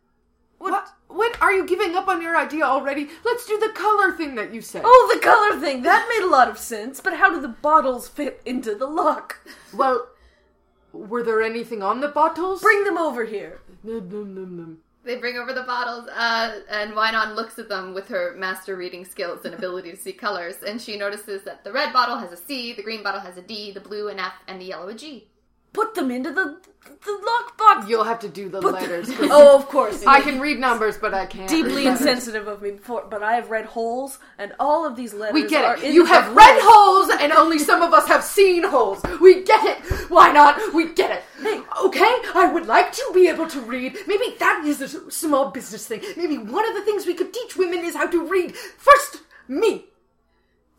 Speaker 4: what? What are you giving up on your idea already? Let's do the color thing that you said.
Speaker 3: Oh, the color thing. That made a lot of sense, but how do the bottles fit into the lock?
Speaker 4: Well, were there anything on the bottles?
Speaker 3: Bring them over here.
Speaker 4: Nom, nom, nom, nom.
Speaker 2: They bring over the bottles, uh, and Wynon looks at them with her master reading skills and ability to see colors, and she notices that the red bottle has a C, the green bottle has a D, the blue an F, and the yellow a G.
Speaker 3: Put them into the the lockbox.
Speaker 4: You'll have to do the letters. 'cause
Speaker 3: Oh, of course.
Speaker 4: I can read numbers, but I can't. read
Speaker 3: deeply
Speaker 4: letters.
Speaker 3: insensitive of me before, but I have read holes, and all of these letters.
Speaker 4: We
Speaker 3: are
Speaker 4: get it.
Speaker 3: in
Speaker 4: You
Speaker 3: the
Speaker 4: have read holes, and only some of us have seen holes. We get it. Why not? We get it. Hey, okay, I would like to be able to read. Maybe that is a s- small business thing. Maybe one of the things we could teach women is how to read. First, me.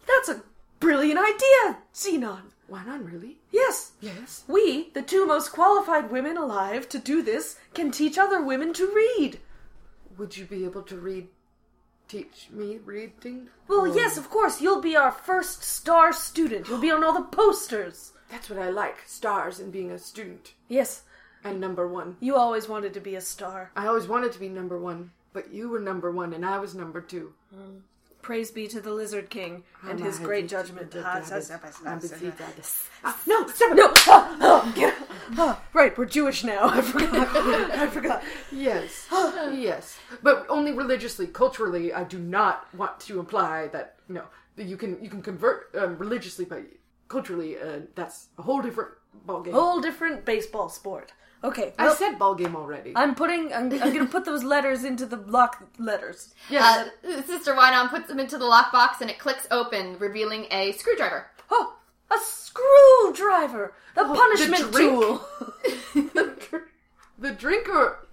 Speaker 3: That's a brilliant idea, Xenon.
Speaker 4: Why not, really?
Speaker 3: Yes,
Speaker 4: Yes.
Speaker 3: we, the two most qualified women alive to do this, can teach other women to read.
Speaker 4: Would you be able to read? Teach me reading?
Speaker 3: Well, yes, of course, you'll be our first star student. You'll be on all the posters.
Speaker 4: That's what I like stars and being a student.
Speaker 3: Yes,
Speaker 4: And number one.
Speaker 3: you always wanted to be a star.
Speaker 4: I always wanted to be number one, but you were number one, and I was number two.
Speaker 3: Praise be to the Lizard King and
Speaker 4: I'm
Speaker 3: his
Speaker 4: a
Speaker 3: great
Speaker 4: hate-
Speaker 3: judgment.
Speaker 4: Ah,
Speaker 3: No, stop it, no! Ah, ah, get- ah, right, we're Jewish now. I forgot. I forgot.
Speaker 4: Yes, yes, but only religiously. Culturally, I do not want to imply that no, that you can you can convert um, religiously, but culturally, uh, that's a whole different ballgame.
Speaker 3: Whole different baseball sport. Okay,
Speaker 4: I
Speaker 3: Oh, well,
Speaker 4: said ballgame already.
Speaker 3: I'm putting. I'm, I'm gonna put those letters into the block letters.
Speaker 4: yes,
Speaker 2: Uh, Sister Wynon puts them into the lockbox, and it clicks open, revealing a screwdriver.
Speaker 3: Oh, a screwdriver, the
Speaker 4: Oh,
Speaker 3: punishment
Speaker 4: drink.
Speaker 3: tool,
Speaker 4: the drinker.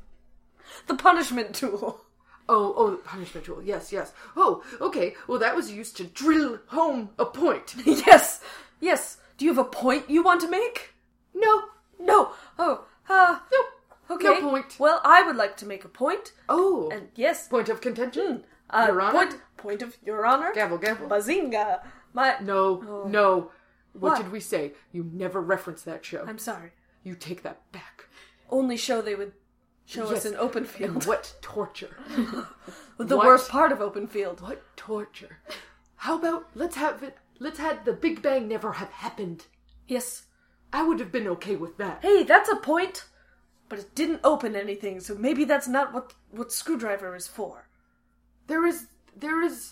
Speaker 3: the punishment tool.
Speaker 4: Oh, oh, the punishment rule. Yes, yes. Oh, okay. Well, that was used to drill home a point.
Speaker 3: yes, yes. Do you have a point you want to make?
Speaker 4: No,
Speaker 3: No. Oh, uh,
Speaker 4: no,
Speaker 3: okay.
Speaker 4: No point.
Speaker 3: Well, I would like to make a point,
Speaker 4: Oh,
Speaker 3: and yes,
Speaker 4: point of contention.
Speaker 3: uh,
Speaker 4: Your Honor?
Speaker 3: point, point of your honor.
Speaker 4: Gavel, gavel.
Speaker 3: Bazinga. My.
Speaker 4: No, no. What,
Speaker 3: What?
Speaker 4: did we say? You never reference that show.
Speaker 3: I'm sorry.
Speaker 4: You take that back.
Speaker 3: Only show they would Show
Speaker 4: Yes.
Speaker 3: us Oh, an open
Speaker 4: And
Speaker 3: field.
Speaker 4: what torture.
Speaker 3: the
Speaker 4: what-
Speaker 3: worst part of open field.
Speaker 4: What torture. How about let's have it let's have the Big Bang never have happened.
Speaker 3: Yes.
Speaker 4: I would have been okay with that.
Speaker 3: Hey, that's a point. But it didn't open anything, so maybe that's not what what screwdriver is for.
Speaker 4: There is there is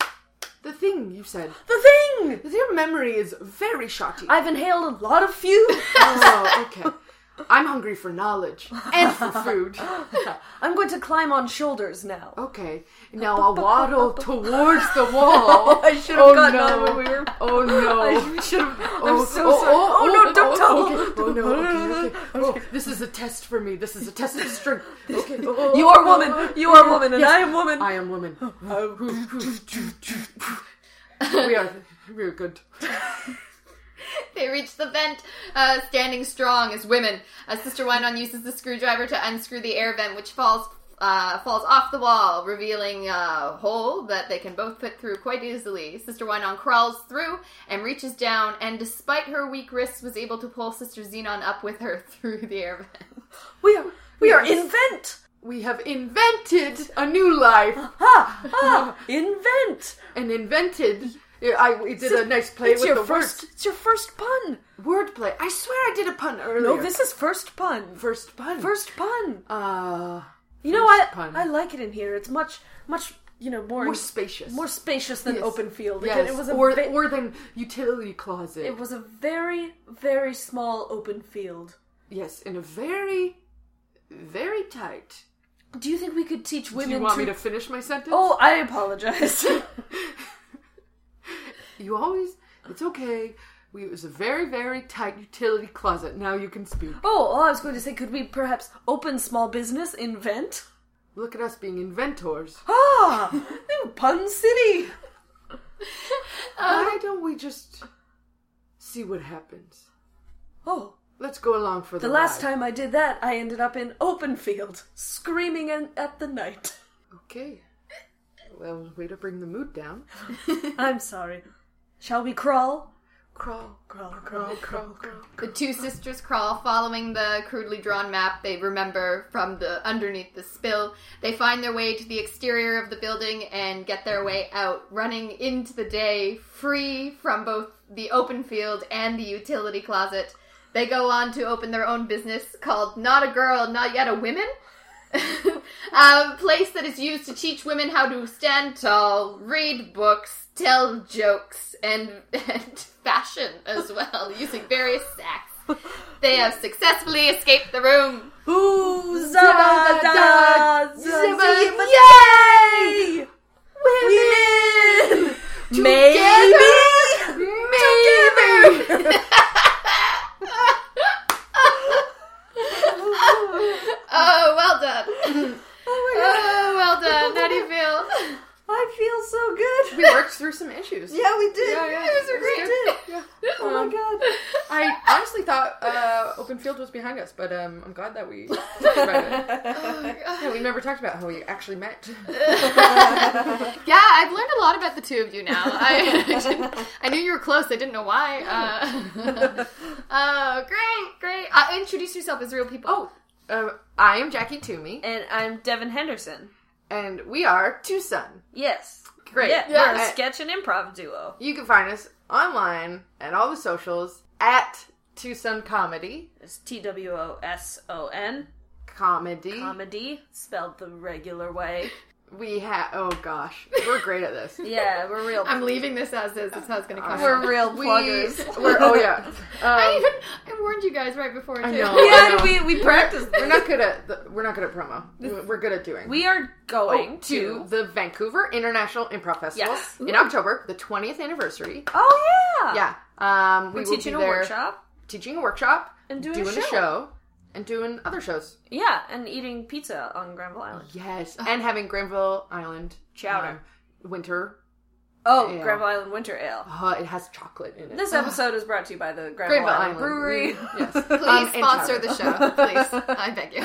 Speaker 4: the thing you said.
Speaker 3: The thing.
Speaker 4: Your memory is very shotty.
Speaker 3: I've inhaled a lot of fumes.
Speaker 4: oh, okay. I'm hungry for knowledge and for food.
Speaker 3: I'm going to climb on shoulders now.
Speaker 4: Okay. Now I'll waddle towards the wall.
Speaker 3: I should have
Speaker 4: Oh,
Speaker 3: gotten
Speaker 4: no.
Speaker 3: on when we were.
Speaker 4: Oh no.
Speaker 3: I should have.
Speaker 4: Oh,
Speaker 3: I'm so sorry. Oh, no, don't
Speaker 4: oh,
Speaker 3: tumble.
Speaker 4: okay. Oh no. Okay, okay. Oh, this is a test for me. This is a test of strength. Okay. Oh,
Speaker 3: You are woman. You are woman, and I am woman.
Speaker 4: I am woman. Uh, we are we are good.
Speaker 2: They reach the vent, uh, standing strong as women. Uh, Sister Winon uses the screwdriver to unscrew the air vent, which falls uh, falls off the wall, revealing a hole that they can both fit through quite easily. Sister Winon crawls through and reaches down, and despite her weak wrists, was able to pull Sister Xenon up with her through the air vent.
Speaker 3: we are. We are invent.
Speaker 4: We have invented a new life
Speaker 3: Ha! Ah! Invent.
Speaker 4: and invented. I we did a nice play
Speaker 3: It's
Speaker 4: with
Speaker 3: your
Speaker 4: the
Speaker 3: first. It's your first pun.
Speaker 4: word wordplay. I swear I did a pun earlier.
Speaker 3: No, this is first pun.
Speaker 4: first pun.
Speaker 3: First pun.
Speaker 4: uh
Speaker 3: You know, I
Speaker 4: pun.
Speaker 3: I like it in here. It's much much you know more
Speaker 4: more spacious.
Speaker 3: more spacious than
Speaker 4: Yes.
Speaker 3: open field.
Speaker 4: Yes.
Speaker 3: Again, it was a
Speaker 4: or
Speaker 3: ve-
Speaker 4: or than utility closet.
Speaker 3: it was a very very small open field.
Speaker 4: yes, in a very very tight.
Speaker 3: Do you think we could teach women
Speaker 4: Do you want me to finish my sentence?
Speaker 3: Oh, I apologize.
Speaker 4: You always. It's okay. We, it was a very, very tight utility closet. Now you can speak.
Speaker 3: oh, all I was going to say, could we perhaps open small business, invent?
Speaker 4: Look at us being inventors.
Speaker 3: Ah, new pun city. Uh.
Speaker 4: Why don't we just see what happens?
Speaker 3: Oh,
Speaker 4: Let's go along for the,
Speaker 3: the last
Speaker 4: ride.
Speaker 3: time I did that, I ended up in open field, screaming in, at the night.
Speaker 4: Okay. Well, way to bring the mood down.
Speaker 3: I'm sorry. Shall we crawl?
Speaker 4: Crawl,
Speaker 3: Crawl, crawl, crawl, crawl.
Speaker 2: The two sisters crawl, following the crudely drawn map they remember from the underneath the spill. They find their way to the exterior of the building and get their way out, running into the day, free from both the open field and the utility closet. They go on to open their own business called Not a Girl, Not Yet a Women. a place that is used to teach women how to stand tall, read books, tell jokes, and, and fashion as well, using various sacks. They have successfully escaped the room.
Speaker 3: Ooh, zabba, da, da, zabba, yay! Women! Maybe!
Speaker 2: Oh, well done. Oh, well done. How do you feel?
Speaker 3: I feel so good.
Speaker 4: We worked through some issues.
Speaker 3: Yeah, we did.
Speaker 4: Yeah, yeah.
Speaker 2: These are great.
Speaker 3: Oh my god.
Speaker 4: I honestly thought uh, open field was behind us, but um, I'm glad that we talked about it. Oh Yeah, we never talked about how we actually met.
Speaker 2: Yeah, I've learned a lot about the two of you now. I, I, didn't- I knew you were close. I didn't know why. Uh, oh, great, great. Uh, introduce yourself as real people.
Speaker 4: Oh, um, I am Jackie Toomey,
Speaker 5: And I'm Devin Henderson.
Speaker 4: and we are Tucson.
Speaker 5: Yes.
Speaker 4: Great.
Speaker 5: Yeah,
Speaker 4: Yeah.
Speaker 5: we're a sketch and improv duo.
Speaker 4: You can find us online at all the socials at Tucson Comedy.
Speaker 5: It's T W O S O N.
Speaker 4: Comedy.
Speaker 5: Comedy, spelled the regular way.
Speaker 4: we have. Oh gosh, we're great at this.
Speaker 5: Yeah, we're real.
Speaker 2: I'm leaving this as is. That's how it's going to come out.
Speaker 5: we're real
Speaker 4: We,
Speaker 5: pluggers.
Speaker 4: we're oh yeah.
Speaker 2: I
Speaker 4: Um,
Speaker 2: even I warned you guys right before. Too.
Speaker 4: I know.
Speaker 5: Yeah,
Speaker 4: I know.
Speaker 5: we, we practice.
Speaker 4: We're not good at the, we're not good at promo. We're we're good at doing.
Speaker 5: We are going
Speaker 4: Oh, to the Vancouver International Improv Festival
Speaker 5: Yes.
Speaker 4: in October, the 20th anniversary.
Speaker 5: Oh yeah.
Speaker 4: Yeah, um, we
Speaker 5: We're
Speaker 4: will
Speaker 5: teaching a
Speaker 4: be there
Speaker 5: workshop.
Speaker 4: teaching a workshop
Speaker 5: And doing a
Speaker 4: doing
Speaker 5: show.
Speaker 4: and doing other shows.
Speaker 5: Yeah, and eating pizza on Granville Island.
Speaker 4: Yes, and having Granville Island
Speaker 5: Chowder.
Speaker 4: um, winter.
Speaker 5: Oh,
Speaker 4: Ale.
Speaker 5: Granville Island Winter Ale.
Speaker 4: Uh, it has chocolate in it.
Speaker 5: This episode is brought to you by the Granville,
Speaker 4: Granville
Speaker 5: Island,
Speaker 4: Island Mm.
Speaker 5: Brewery.
Speaker 4: Yes,
Speaker 2: Please sponsor the show, please. I beg you.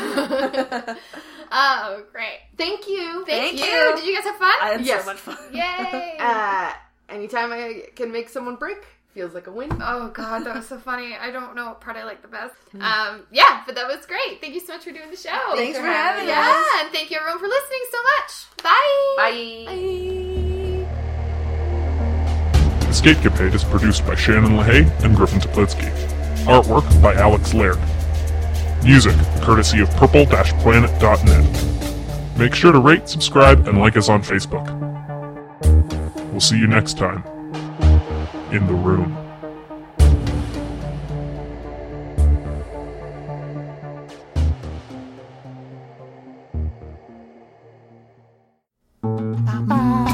Speaker 2: oh, great! Thank you, thank,
Speaker 5: Thank
Speaker 2: you.
Speaker 5: you.
Speaker 2: Did you guys have fun?
Speaker 5: I had
Speaker 4: Yes.
Speaker 5: so much fun.
Speaker 2: Yay!
Speaker 4: Uh, anytime I Uh, can make someone break, Feels like a win.
Speaker 2: Oh god, that was so funny. I don't know what part I like the best. Um, yeah, but that was great. Thank you so much for doing the show.
Speaker 4: Thanks for having us.
Speaker 2: Yeah, and thank you everyone for listening so much. Bye. Bye.
Speaker 6: Skatecapade is produced by Shannon LaHaye and Griffin Toplitsky. Artwork by Alex Laird. Music courtesy of purple-planet.net. Make sure to rate, subscribe, and like us on Facebook. We'll see you next time in the room.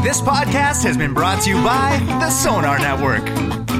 Speaker 7: This podcast has been brought to you by the Sonar Network.